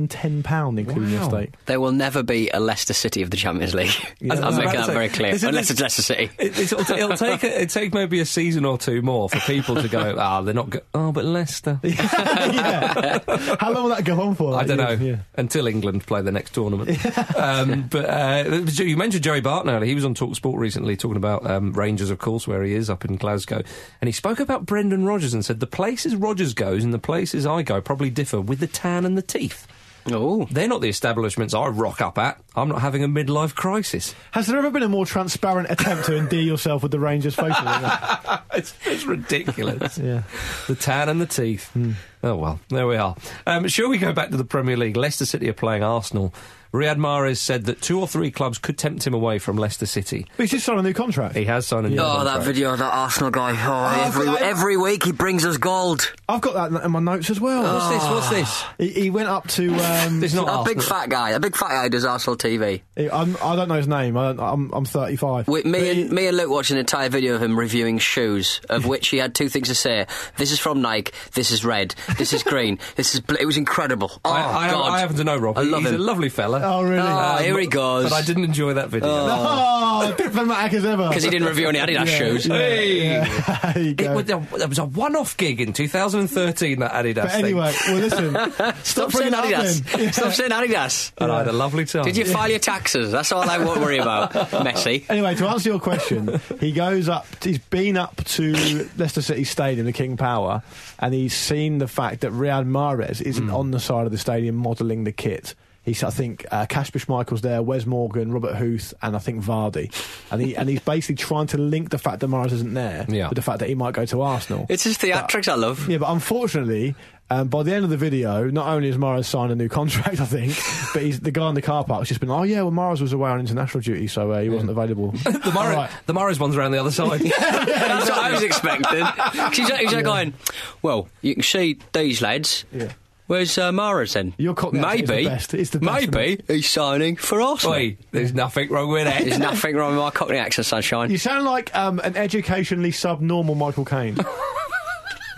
B: £5,010, including your
A: Wow.
B: stake.
C: There will never be a Leicester City of the Champions League.
B: Yeah.
C: I'm
B: I was *laughs*
C: making
A: about
C: that
A: to say,
C: very clear.
A: this is-
C: Unless
A: this-
C: it's Leicester City.
A: It, it's- it'll, it'll take it'll take maybe a season or two more for people to *laughs* go. Ah, they're not. Go- oh, but Leicester.
B: yeah. How long will that go on for?
A: I
B: Like,
A: don't know
B: yeah, yeah.
A: until England play the next tournament. *laughs* um, but uh, you mentioned Joey Barton earlier. He was on Talk Sport recently talking about um, Rangers, of course, where he is up in Glasgow, and he spoke about Brendan Rodgers and said the places Rodgers goes and the places I go probably differ with the tan and the teeth.
C: Oh.
A: They're not the establishments I rock up at. I'm not having a midlife crisis.
B: Has there ever been a more transparent attempt to endear yourself with the Rangers faithful? than that?
A: *laughs* It's, it's *laughs* ridiculous.
B: Yeah.
A: The tan and the teeth.
B: Hmm.
A: Oh well, there we are. Um, shall we go back to the Premier League? Leicester City are playing Arsenal. Riyad Mahrez said that two or three clubs could tempt him away from Leicester City.
B: But he's just signed a new contract.
A: He has signed a new
C: Oh, that
A: contract.
C: video of that Arsenal guy.
B: Oh,
C: Oh, every,
B: God.
C: every week he brings us gold.
B: I've got that in my notes as well. Ah.
A: What's this? What's this?
B: He, he went up to. Um,
C: *laughs*
A: It's not
C: a
A: Arsenal.
C: big fat guy. A big fat guy does Arsenal TV.
B: he- I'm, I don't know his name. I don't, I'm, I'm 35.
C: With me
B: But he-
C: and me and Luke watched an entire video of him reviewing shoes,
A: *laughs*
C: of which he had two things to say. This is from Nike.
A: *laughs*
C: This is red. This is green. This is. Bl-. It was incredible. Oh
A: I, I,
C: God!
A: I happen to know Rob.
C: I love
A: He's
C: him.
A: a lovely fella. Um,
B: Oh, really?
C: Oh, here he goes.
A: But I didn't enjoy that video.
B: Oh, diplomatic as ever.
C: Because he didn't review any
B: Yeah,
C: Adidas shoes.
B: yeah,
A: Hey!
B: yeah. *laughs* There you
A: It
B: go.
A: was, a, it was a one-off gig in 2013 that Adidas
B: But anyway, well, listen.
C: Stop,
B: bringing
C: saying
B: it up
C: Adidas.
A: *laughs*
B: then.
C: Stop saying Adidas.
A: thing, and I had a lovely time.
B: *laughs*
C: Did you file your taxes? That's all I won't worry
A: *laughs*
C: about. Messi.
B: Anyway, to answer your question, he goes up. He's been up to Leicester City Stadium, the King Power, and he's seen the fact that Riyad Mahrez isn't on the side of the stadium modelling the kit. He's, I think, uh, Kasper Schmeichel's there, Wes Morgan, Robert Huth, and I think Vardy, and he and he's basically trying to link the fact that Mahrez isn't there
A: Yeah.
B: with the fact that he might go to Arsenal.
C: It's just theatrics I love.
B: Yeah, but unfortunately, um, by the end of the video, not only has Morris signed a new contract, *laughs* I think, but he's, the guy in the car park's just been, oh yeah, well Morris was away on international duty, so uh, he wasn't available. *laughs*
A: The Morris, the Morris one's around the other side.
C: *laughs* That's what I
B: *laughs*
C: was expecting. 'Cause He's, he's like going, well, you can see these lads.
B: Yeah.
C: Where's uh, Mara's then?
B: Your Cockney accent is the
C: maybe,
B: best. It's the best, isn't
C: maybe he's signing for Arsenal.
A: Oi, there's nothing wrong with
C: There's
A: it.
C: nothing wrong with my Cockney accent,
B: You
C: sunshine.
B: sound like um, an educationally subnormal Michael *laughs* Caine.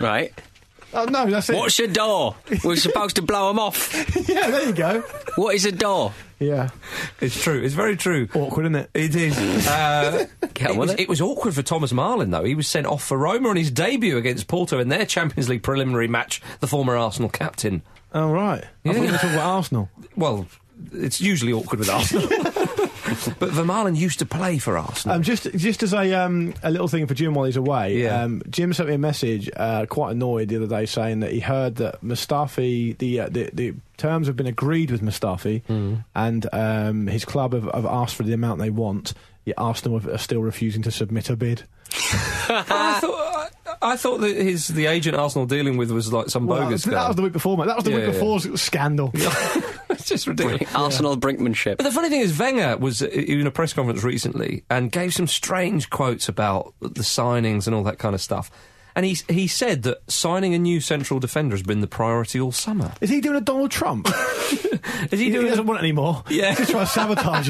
C: Right?
B: oh no, that's it.
C: What's a door? We're supposed to blow him off.
B: *laughs* yeah, there you go.
C: What is a door?
B: *laughs* Yeah,
A: It's true. It's very true.
B: awkward, isn't it?
A: It
B: *laughs*
A: is. Uh,
C: Get
A: it,
C: on
A: was,
C: with it.
A: it was awkward for Thomas Marlin, though. He was sent off for Roma on his debut against Porto in their Champions League preliminary match, the former Arsenal captain.
B: All right. I thought we were talking about Arsenal.
A: Well, it's usually awkward with Arsenal. but Vermaelen used to play for Arsenal.
B: Um, just, just as a um, a little thing for Jim while he's away.
A: Yeah.
B: Um, Jim sent me a message, uh, quite annoyed the other day, saying that he heard that Mustafi, the uh, the, the terms have been agreed with Mustafi,
A: Hmm.
B: and um, his club have, have asked for the amount they want. Yet Arsenal have- are still refusing to submit a bid.
A: I, thought, I, I thought that his the agent Arsenal dealing with was like some
B: Well,
A: bogus
B: that, was- that
A: guy.
B: was the week before, mate. That was the
A: Yeah,
B: week
A: yeah.
B: before scandal.
A: *laughs* it's just ridiculous.
C: Arsenal brinkmanship.
A: But the funny thing is, Wenger was uh, in a press conference recently and gave some strange quotes about the signings and all that kind of stuff. And he he said that signing a new central defender has been the priority all summer.
B: Is he doing a Donald
A: *laughs*
B: Trump?
A: Is he
B: he
A: doing?
B: doesn't want any more.
A: Yeah.
B: He's just trying to sabotage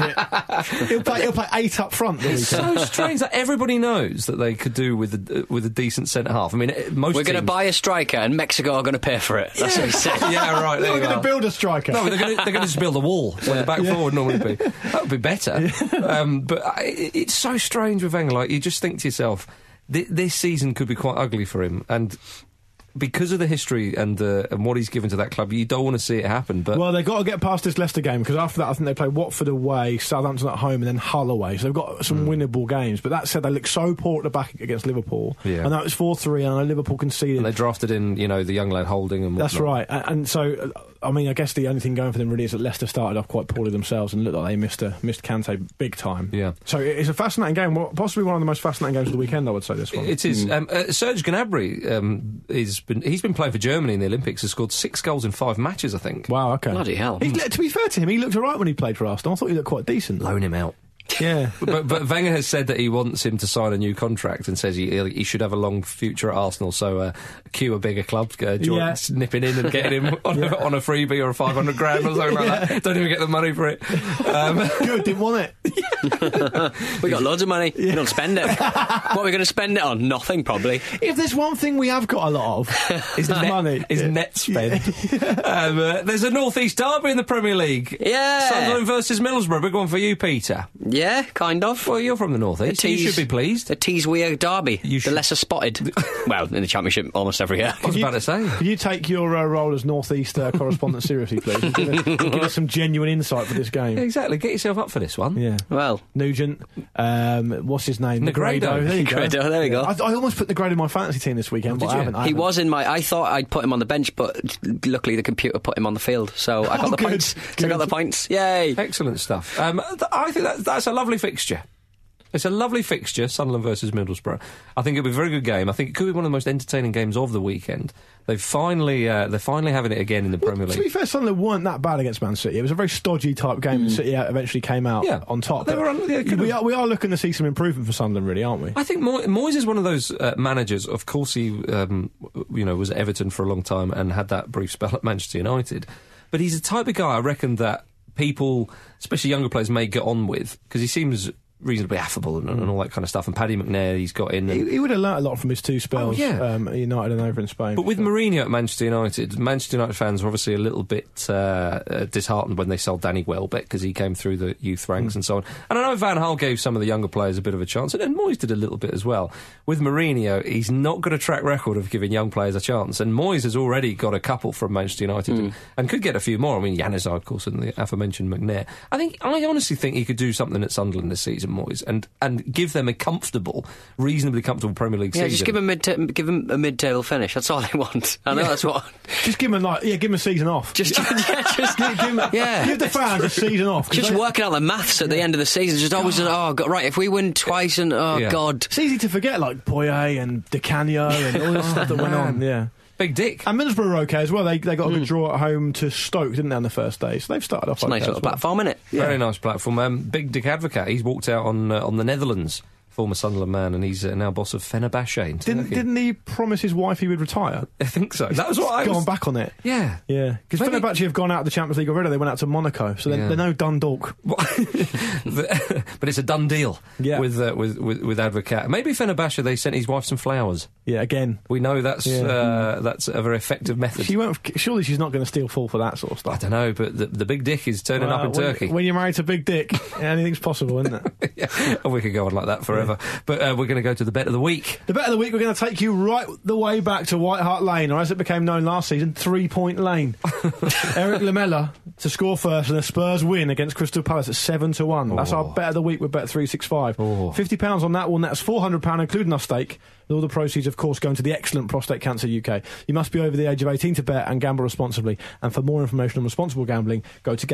A: *laughs*
B: it. he'll, play, he'll play eight up front. The
A: It's *laughs*
B: weekend.
A: so strange that everybody knows that they could do with a, with a decent centre half. I mean, eh, most
C: We're going
A: teams-
C: to buy a striker and Mexico are going to pay for it. That's what he said.
A: *laughs* Yeah, right. There
B: We're
A: you
B: going to
A: are.
B: build a striker.
A: No, they're going to they're gonna just build a wall where the back four would normally be. That would be better. Um, but I, it- it's so strange with Wenger. Like, you just think to yourself, thi- this season could be quite ugly for him. And because of the history and the, and what he's given to that club, you don't want to see it happen. But
B: Well, they've got to get past this Leicester game because after that, I think they play Watford away, Southampton at home, and then Hull away. So they've got
A: Hmm.
B: some winnable games. But that said, they look so poor at the back against Liverpool.
A: Yeah.
B: I know it's 4 3, and I know Liverpool conceded.
A: they drafted in, you know, the young lad holding and
B: That's
A: whatnot.
B: right. And, and so, uh, I mean, I guess the only thing going for them really is that Leicester started off quite poorly themselves and looked like they missed, a, missed Kante big time.
A: Yeah.
B: So it- it's a fascinating game, well, possibly one of the most fascinating games of the weekend, I would say, this one.
A: It is. Um, uh, Serge Gnabry um, has been. He's been playing for Germany in the Olympics. Has scored six goals in five matches. I think.
B: wow, okay.
C: Bloody hell.
B: He, to be fair to him, he looked all right when he played for Arsenal. I thought he looked quite decent.
A: Loan him out.
B: Yeah.
A: but, but Wenger has said that he wants him to sign a new contract and says he, he should have a long future at Arsenal. So uh, cue a bigger club, uh, join,
B: Yeah.
A: nipping in and getting him on, a, on a freebie or a 500 grand or something like that. Don't even get the money for it. Um, *laughs*
B: Good, didn't want it.
C: We got loads of money. We don't spend it. what are we going to spend it on? Nothing, probably.
B: If there's one thing we have got a
A: *laughs*
B: lot of, is
A: net-
B: money.
A: Is
B: Yeah.
A: net spend.
B: *laughs*
A: um, uh, there's a northeast derby in the Premier League.
C: Yeah.
A: Sunderland versus Middlesbrough. Big one for you, Peter.
C: Yeah, kind of.
A: Well, you're from the northeast.
C: It
A: You
C: is.
A: should be pleased.
C: The Tees Weir Derby, the
A: should-
B: *laughs*
C: lesser spotted. well, in the championship almost every year. *laughs*
A: I was about to say.
B: Can you take your uh, role as Northeast uh,
A: *laughs*
B: correspondent seriously, please? And give, us, give us some genuine insight for this game.
A: Exactly. Get yourself up for this one.
B: Yeah.
C: Well,
B: Nugent, um, what's his name?
A: Negredo.
B: There you go.
C: Negredo, *laughs* there we go.
B: I, I almost put Negredo in my fantasy team this weekend, but
A: you?
B: I haven't. I
C: he
B: haven't.
C: was in my. I thought I'd put him on the bench, but luckily the computer put him on the field, so
B: *laughs*
C: I got
B: Oh,
C: the
B: good,
C: points. So I got
B: good.
C: the points. Yay!
A: Excellent stuff. Um, th- I think that, that's a lovely fixture. It's a lovely fixture, Sunderland versus Middlesbrough. I think it'll be a very good game. I think it could be one of the most entertaining games of the weekend. They've finally, uh, they're finally having it again in the Premier
B: To be
A: League.
B: fair, Sunderland weren't that bad against Man City. It was a very stodgy type game, and City out- eventually came out
A: Hmm. Yeah.
B: on top.
A: They
B: But
A: were on- yeah, could've-
B: we, are, we are looking to see some improvement for Sunderland, really, aren't we?
A: I think Moy- Moyes is one of those uh, managers. Of course, he, um, w- you know, was at Everton for a long time and had that brief spell at Manchester United. But he's the type of guy I reckon that people, especially younger players, may get on with because he seems reasonably affable and, and all that kind of stuff. And Paddy McNair, he's got in. and-
B: He, he would have learnt a lot from his two spells
A: Oh, yeah.
B: um, at United and over in Spain.
A: But with Mourinho at Manchester United, Manchester United fans were obviously a little bit uh, uh, disheartened when they sold Danny Welbeck because he came through the youth ranks
C: Hmm.
A: and so on. And I know Van Hal gave some of the younger players a bit of a chance, and then Moyes did a little bit as well. With Mourinho, he's not got a track record of giving young players a chance, and Moyes has already got a couple from Manchester United
C: Hmm.
A: and, and could get a few more. I mean, Yanizar, of course, and the aforementioned McNair. I think I honestly think he could do something at Sunderland this season, Moyes, and and give them a comfortable, reasonably comfortable Premier League
C: Yeah,
A: season.
C: just give him, mid give him a mid-table finish. That's all I want. *laughs* I know that's what.
B: just give him like yeah, give him a season off. *laughs*
C: Just, yeah, just,
B: give, give him,
A: *laughs*
C: yeah.
B: give the fans a season off. 'cause
C: just
B: they-
C: working out the maths at the end of the season. Just always, just, oh, God, right, if we win twice and, oh,
A: Yeah.
C: God.
B: It's easy to forget like Poyet and Di Canio and all the
A: *laughs* Oh,
B: stuff that went on. Yeah.
A: Big Dick.
B: And Middlesbrough were okay as well. They they got a good
A: Hmm.
B: draw at home to Stoke, didn't they, on the first day? So they've started off
C: It's a
B: okay
C: nice
B: as
C: little
B: well.
C: platform, is it?
A: Very nice platform. Um, Big Dick Advocate. He's walked out on uh, on the Netherlands, former Sunderland man, and he's uh, now boss of Fenerbahce. In
B: Didn't
A: Turkey.
B: didn't he promise his wife he would retire?
A: *laughs* I think so? That was what I
B: He's
A: was.
B: gone back on it.
A: Yeah.
B: Yeah, because
A: Maybe-
B: Fenerbahce have gone out of the Champions League already. They went out to Monaco, so they're,
A: Yeah.
B: they're no Dundalk.
A: The- but it's a done deal
B: Yeah.
A: with, uh, with with with Advocate. Maybe Fenerbahce they sent his wife some flowers.
B: Yeah, again.
A: We know that's
B: Yeah.
A: uh, that's a very effective method.
B: She won't. Surely she's not going to steal full for that sort of
A: I
B: stuff.
A: don't know, but the, the Big Dick is turning up
B: Well,
A: in
B: when,
A: Turkey.
B: When you're married to Big Dick, anything's possible, isn't it?
A: Yeah. *laughs* we could go on like that forever. But uh, we're going to go to the bet of the week.
B: The bet of the week, we're going to take you right the way back to White Hart Lane, or as it became known last season, Three
A: *laughs*
B: Point Lane. Eric Lamella to score first, and the Spurs win against Crystal Palace at seven to one. That's our
A: Oh.
B: bet of the week with Bet Three Six Five.
A: Oh.
B: Fifty pounds on that one. That's four hundred pound, including our stake. With all the proceeds, of course, going to the excellent Prostate Cancer UK. You must be over the age of eighteen to bet and gamble responsibly. And for more information on responsible gambling, go to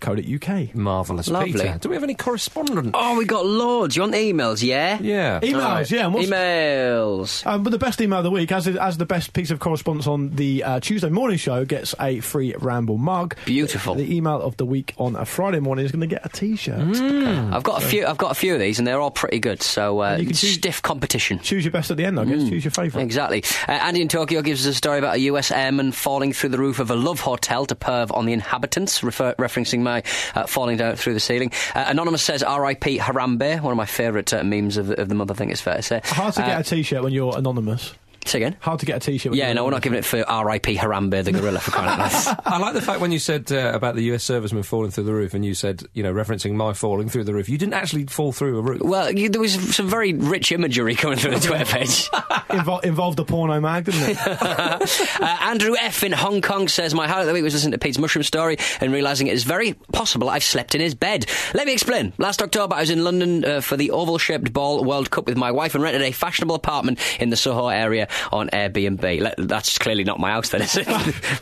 B: gamblerware.co.uk.
A: Marvellous,
C: Lovely.
A: Peter. Do we have any correspondence?
C: Oh, we got loads. You want emails, yeah?
A: Yeah.
B: Emails,
C: Alright.
B: yeah. And what's,
C: Emails.
B: Um, but the best email of the week, as as the best piece of correspondence on the uh, Tuesday morning show, gets a free ramble mug.
C: Beautiful.
B: The email of the week on a Friday morning is going to get a T-shirt.
C: Hmm? I've got a few. I've got a few of these, and they're all pretty good. So uh,
B: Hmm. You can choose-
C: stiff competition.
B: Choose your best at the end, I
C: Hmm.
B: guess. Choose your favourite.
C: Exactly. Uh, Andy in Tokyo gives us a story about a US airman falling through the roof of a love hotel to perv on the inhabitants, refer- referencing my uh, falling down through the ceiling. Uh, Anonymous says R.I.P. Harambe, one of my favourite uh, memes of the, of the month, I think it's fair to say.
B: Hard to
C: Uh,
B: get a T-shirt when you're anonymous.
C: say again?
B: Hard to get a T-shirt. When
C: Yeah,
B: you're
C: no, we're not
B: anonymous.
C: giving it for R.I.P. Harambe, the gorilla, for crying out loud.
B: *laughs*
A: I like the fact when you said uh, about the US serviceman falling through the roof, and you said, you know, referencing my falling through the roof. You didn't actually fall through a roof.
C: Well, you, there was some very rich imagery coming through the Twitter
B: *laughs*
C: page.
B: Invol- involved a porno mag, didn't
C: *laughs*
B: it?
C: Uh, Andrew F. in Hong Kong says, My highlight of the week was listening to Pete's mushroom story and realising it is very possible I've slept in his bed. Let me explain. Last October, I was in London uh, for the oval shaped ball World Cup with my wife and rented a fashionable apartment in the Soho area on Airbnb. Le- that's clearly not my house, then, is it? *laughs* fashionable.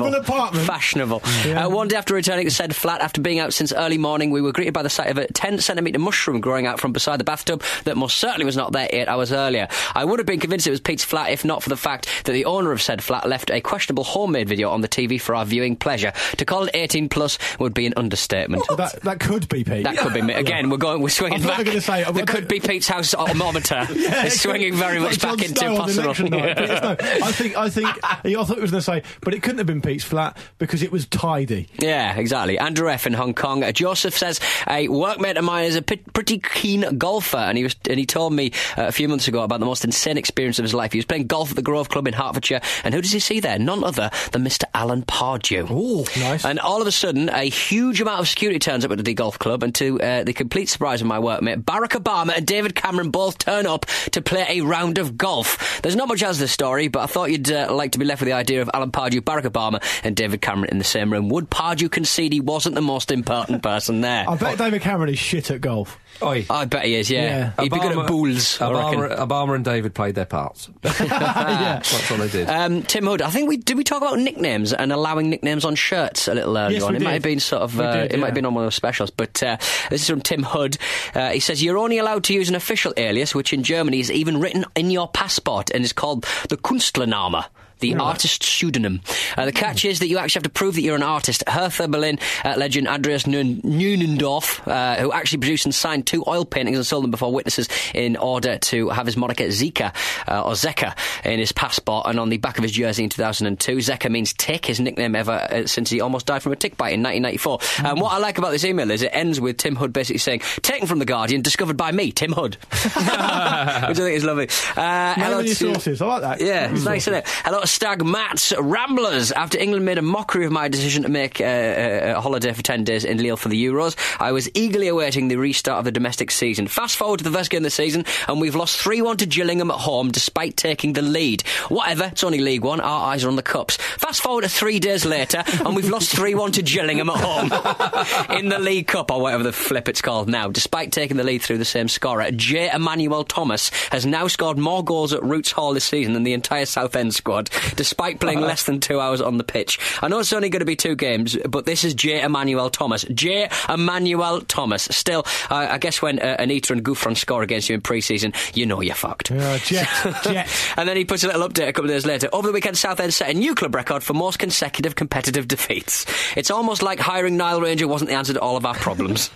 B: Fashionable apartment.
C: Fashionable. Uh, one day after returning to said flat, after being out since early morning, we were greeted by the sight of a 10 centimetre mushroom growing out from beside the bathtub that most certainly was not there eight hours earlier. I would have been convinced it was Pete's flat if not for the fact that the owner of said flat left a questionable homemade video on the TV for our viewing pleasure. To call it 18 plus would be an understatement.
B: that that could be Pete.
C: That could be me.
B: *laughs*
C: Again, we're going. We're swinging
B: I was
C: back.
B: gonna say, I-
C: there could be Pete's
B: *laughs*
C: house thermometer. it's swinging very
B: Like
C: much
B: Jon
C: back into
B: Snow on
C: possible.
B: election night. But it's no,
C: *laughs*
B: I think I think I thought it was going to say, but it couldn't have been Pete's flat because it was tidy.
C: Yeah, exactly. Andrew F in Hong Kong. Uh, Joseph says a workmate of mine is a p- pretty keen golfer, and he was and he told me uh, a few months ago about the most insane experience of his life. He was playing golf at the Grove Club in Hertfordshire, and who does he see there? None other than Mr. Alan Pardew.
B: Ooh, nice.
C: And all of a sudden, a huge amount of security turns up at the golf club, and to uh, the complete surprise of my workmate, Barack Obama and David Cameron both turn up to play a round of golf. There's not much else to the story, but I thought you'd uh, like to be left with the idea of Alan Pardew, Barack Obama, and David Cameron in the same room. Would Pardew concede he wasn't the most important
B: *laughs*
C: person there?
B: I bet David Cameron is shit at golf.
A: Oi.
C: I bet he is, yeah.
B: Yeah.
C: He'd be good at bulls, I reckon.
A: Obama, Obama and David played their parts.
C: Ah.
B: *laughs*
A: That's what they did.
C: Um, Tim Hood, I think we did we talk about nicknames and allowing nicknames on shirts a little earlier
B: Yes,
C: on.
B: we
C: it might
B: did.
C: have been sort of
B: We
C: uh,
B: did,
C: it might have
B: yeah.
C: been on one of those specials, but uh, this is from Tim Hood. Uh, he says you're only allowed to use an official alias, which in Germany is even written in your passport and is called the Künstlername. the artist pseudonym. Uh, the catch is that you actually have to prove that you're an artist. Hertha Berlin uh, legend Andreas Nun- Neunendorf, uh, who actually produced and signed two oil paintings and sold them before witnesses in order to have his moniker Zika uh, or Zeka in his passport and on the back of his jersey in 2002. Zeka means tick, his nickname ever uh, since he almost died from a tick bite in 1994. And what I like about this email is it ends with Tim Hood basically saying, taken from The Guardian, discovered by me, Tim Hood. *laughs* Which I think is lovely. Uh, hello
B: Name and your
C: to-
B: sources. I like that.
C: yeah, it's nice, isn't it? Hello, Stag Mats Ramblers. After England made a mockery of my decision to make uh, a, a holiday for 10 days in Lille for the Euros, I was eagerly awaiting the restart of the domestic season. Fast forward to the first game of the season, and we've lost 3 1 to Gillingham at home despite taking the lead. Whatever, it's only League One, our eyes are on the Cups. Fast forward to three days later, and we've lost 3 1 to Gillingham at home *laughs* in the League Cup, or whatever the flip it's called now, despite taking the lead through the same scorer. J. Emmanuel Thomas has now scored more goals at Roots Hall this season than the entire Southend squad, despite playing less than two hours on the pitch. I know it's only going to be two games, but this is J. Emmanuel Thomas. J. Emmanuel Thomas. Still, I I guess when uh, Anita and Gouffran score against you in pre season, you know you're fucked.
B: Yeah,
C: *laughs*
B: jet, jet.
C: And then he puts a little update a couple of days later. Over the weekend, Southend set a new club record for most consecutive competitive defeats. It's almost like hiring Nile Ranger wasn't the answer to all of our problems.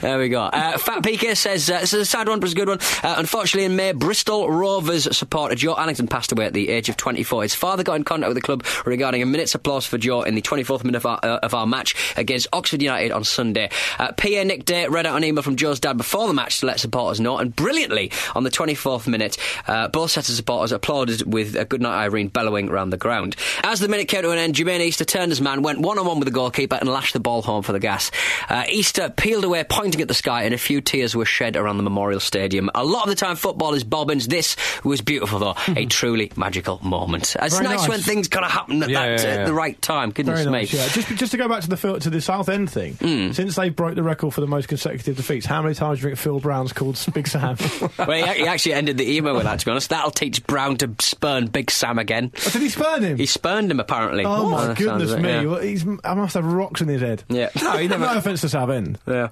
C: There we go. Uh, Fat PK says, uh, this is a sad one, but it's a good one. Uh, unfortunately, in May, Bristol Rovers supporter Joe Allington passed away at the age of 24. His father got in contact with the club regarding a minute's applause for Joe in the 24th minute of our, uh, of our match against Oxford United on Sunday. Uh, PA Nick Day read out an email from Joe's dad before the match to let supporters know, and brilliantly, on the 24th minute, uh, both sets of supporters applauded with a goodnight Irene bellowing around the ground. As the minute came to an end, Jermaine Easter turned his man, went one on one with the goalkeeper, and lashed the ball home for the gas. Uh, Easter peeled away, pointing at the sky, and a few tears were shed around the Memorial Stadium. A lot of the time, football is bobbins. This was beautiful, though. a truly magical moment. It's
B: Hmm. Very
C: nice,
B: nice.
C: when things kind of happen at
A: Yeah,
C: that,
A: yeah,
C: uh,
A: yeah.
C: the right time. Goodness
B: Very nice.
C: me.
B: Yeah. Just just to go back to the Phil- to the South End thing.
C: Hmm.
B: Since they broke the record for the most consecutive defeats, how many times do you think Phil Brown's called Big Sam?
C: *laughs* well, he, he actually ended the email with that, to be honest. That'll teach Brown to spurn Big Sam again.
B: Did he spurn him?
C: He spurned him, apparently.
B: oh
C: By
B: my
C: the sounds
B: goodness
C: of it,
B: me!
C: yeah.
B: Well, he's, I must have rocks in his head.
C: Yeah.
B: No,
C: *laughs*
B: no offense to South End.
C: Yeah.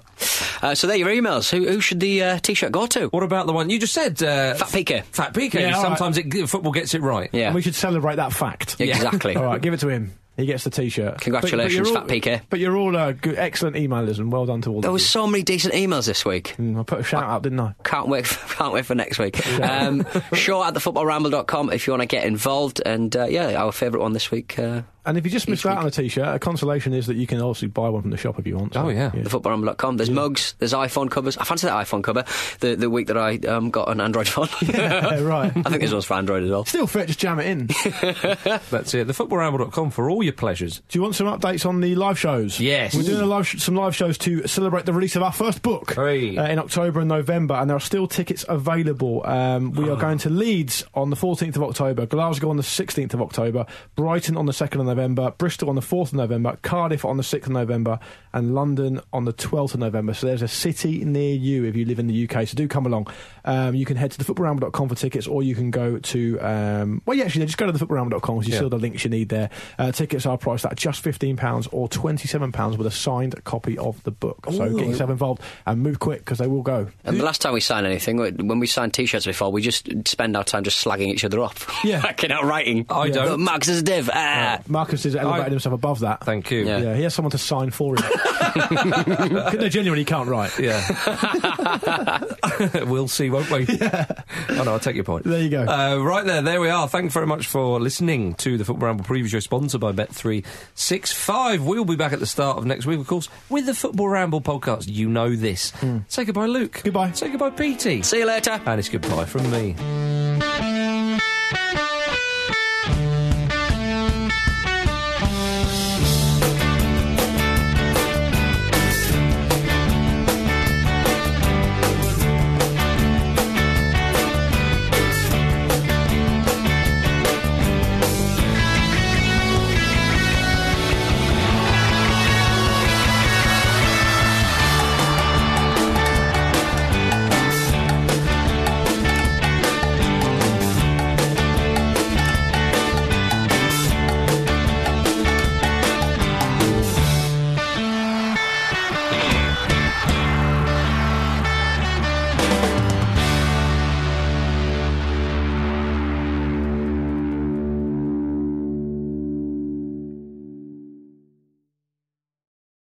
C: Uh, so there are your emails. Who, who should the uh, t-shirt go to?
A: What about the one you just said? Uh,
C: Fat Pika.
A: Fat PK.
B: Yeah, all
A: Sometimes it, football gets it right.
C: Yeah.
B: And we should celebrate that fact. *laughs*
C: Exactly.
B: All right, give it to him. He gets the T-shirt. But-
C: Congratulations,
B: but, you're all-
C: Fat PK.
B: But you're all uh, good, excellent emailers, and well done to all
C: There
B: of
C: was so many decent emails this week.
B: you. Mm, I put a shout out, didn't I?
C: Can't wait, *laughs* for, can't wait for next week.
B: *laughs*
C: Um, short at thefootballramble.com if you want to get involved. And uh, yeah, our favourite one this week, uh,
B: And if you just missed out on a T-shirt, a consolation is that you can obviously buy one from the shop if you want. so,
A: Oh, yeah.
C: thefootballramble.com. There's mugs, there's iPhone covers. I fancy that iPhone cover the, the week that I um, got an Android *laughs* phone.
A: *laughs*
B: Yeah, *laughs* right.
C: *laughs* I think there's one's for Android as well.
B: Still fit, just jam it in. Do
A: That's it. Thefootballramble.com for all your pleasures.
B: you want some updates on the live shows?
A: Yes.
B: We're doing a live sh- some live shows to celebrate the release of our first book uh,
A: Hey.
B: in October and November, and there are still tickets available. Um,
A: Oh.
B: we are going to Leeds on the 14th of October, Glasgow on the 16th of October, Brighton on the 2nd of November, Bristol on the 4th of November, Cardiff on the 6th of November, and London on the 12th of November. So there's a city near you if you live in the UK, so do come along. Um, you can head to thefootballramble.com for tickets, or you can go to, um, well, yeah, actually, just go to thefootballramble.com because you still the links you need there. Uh, tickets are priced at just £15 or £27 with a signed copy of the book. So get yourself involved and move quick because they will go.
C: And the last time we signed anything, when we signed T-shirts before, we just spend our time just slagging each other off. *laughs*
B: Yeah.
C: Fucking out writing.
A: I
C: Look,
A: don't.
C: Max is a div. Ah.
B: Marcus has elevated
A: I-
B: himself above that.
A: Thank you.
C: Yeah.
B: yeah, he has someone to sign
A: *laughs*
B: for him. *laughs* no, genuinely, he can't write.
C: *laughs*
A: Yeah. *laughs* we'll see, won't we? Oh, no, I'll take your point.
B: There you go.
A: Uh, right there, there we are. Thank you very much for listening to the Football Ramble preview show, sponsored by Bet365. We'll be back at the start of next week, of course, with the Football Ramble podcast. You know this. Say goodbye, Luke.
B: Goodbye.
A: Say goodbye, Petey.
C: See you later.
A: And it's goodbye from me.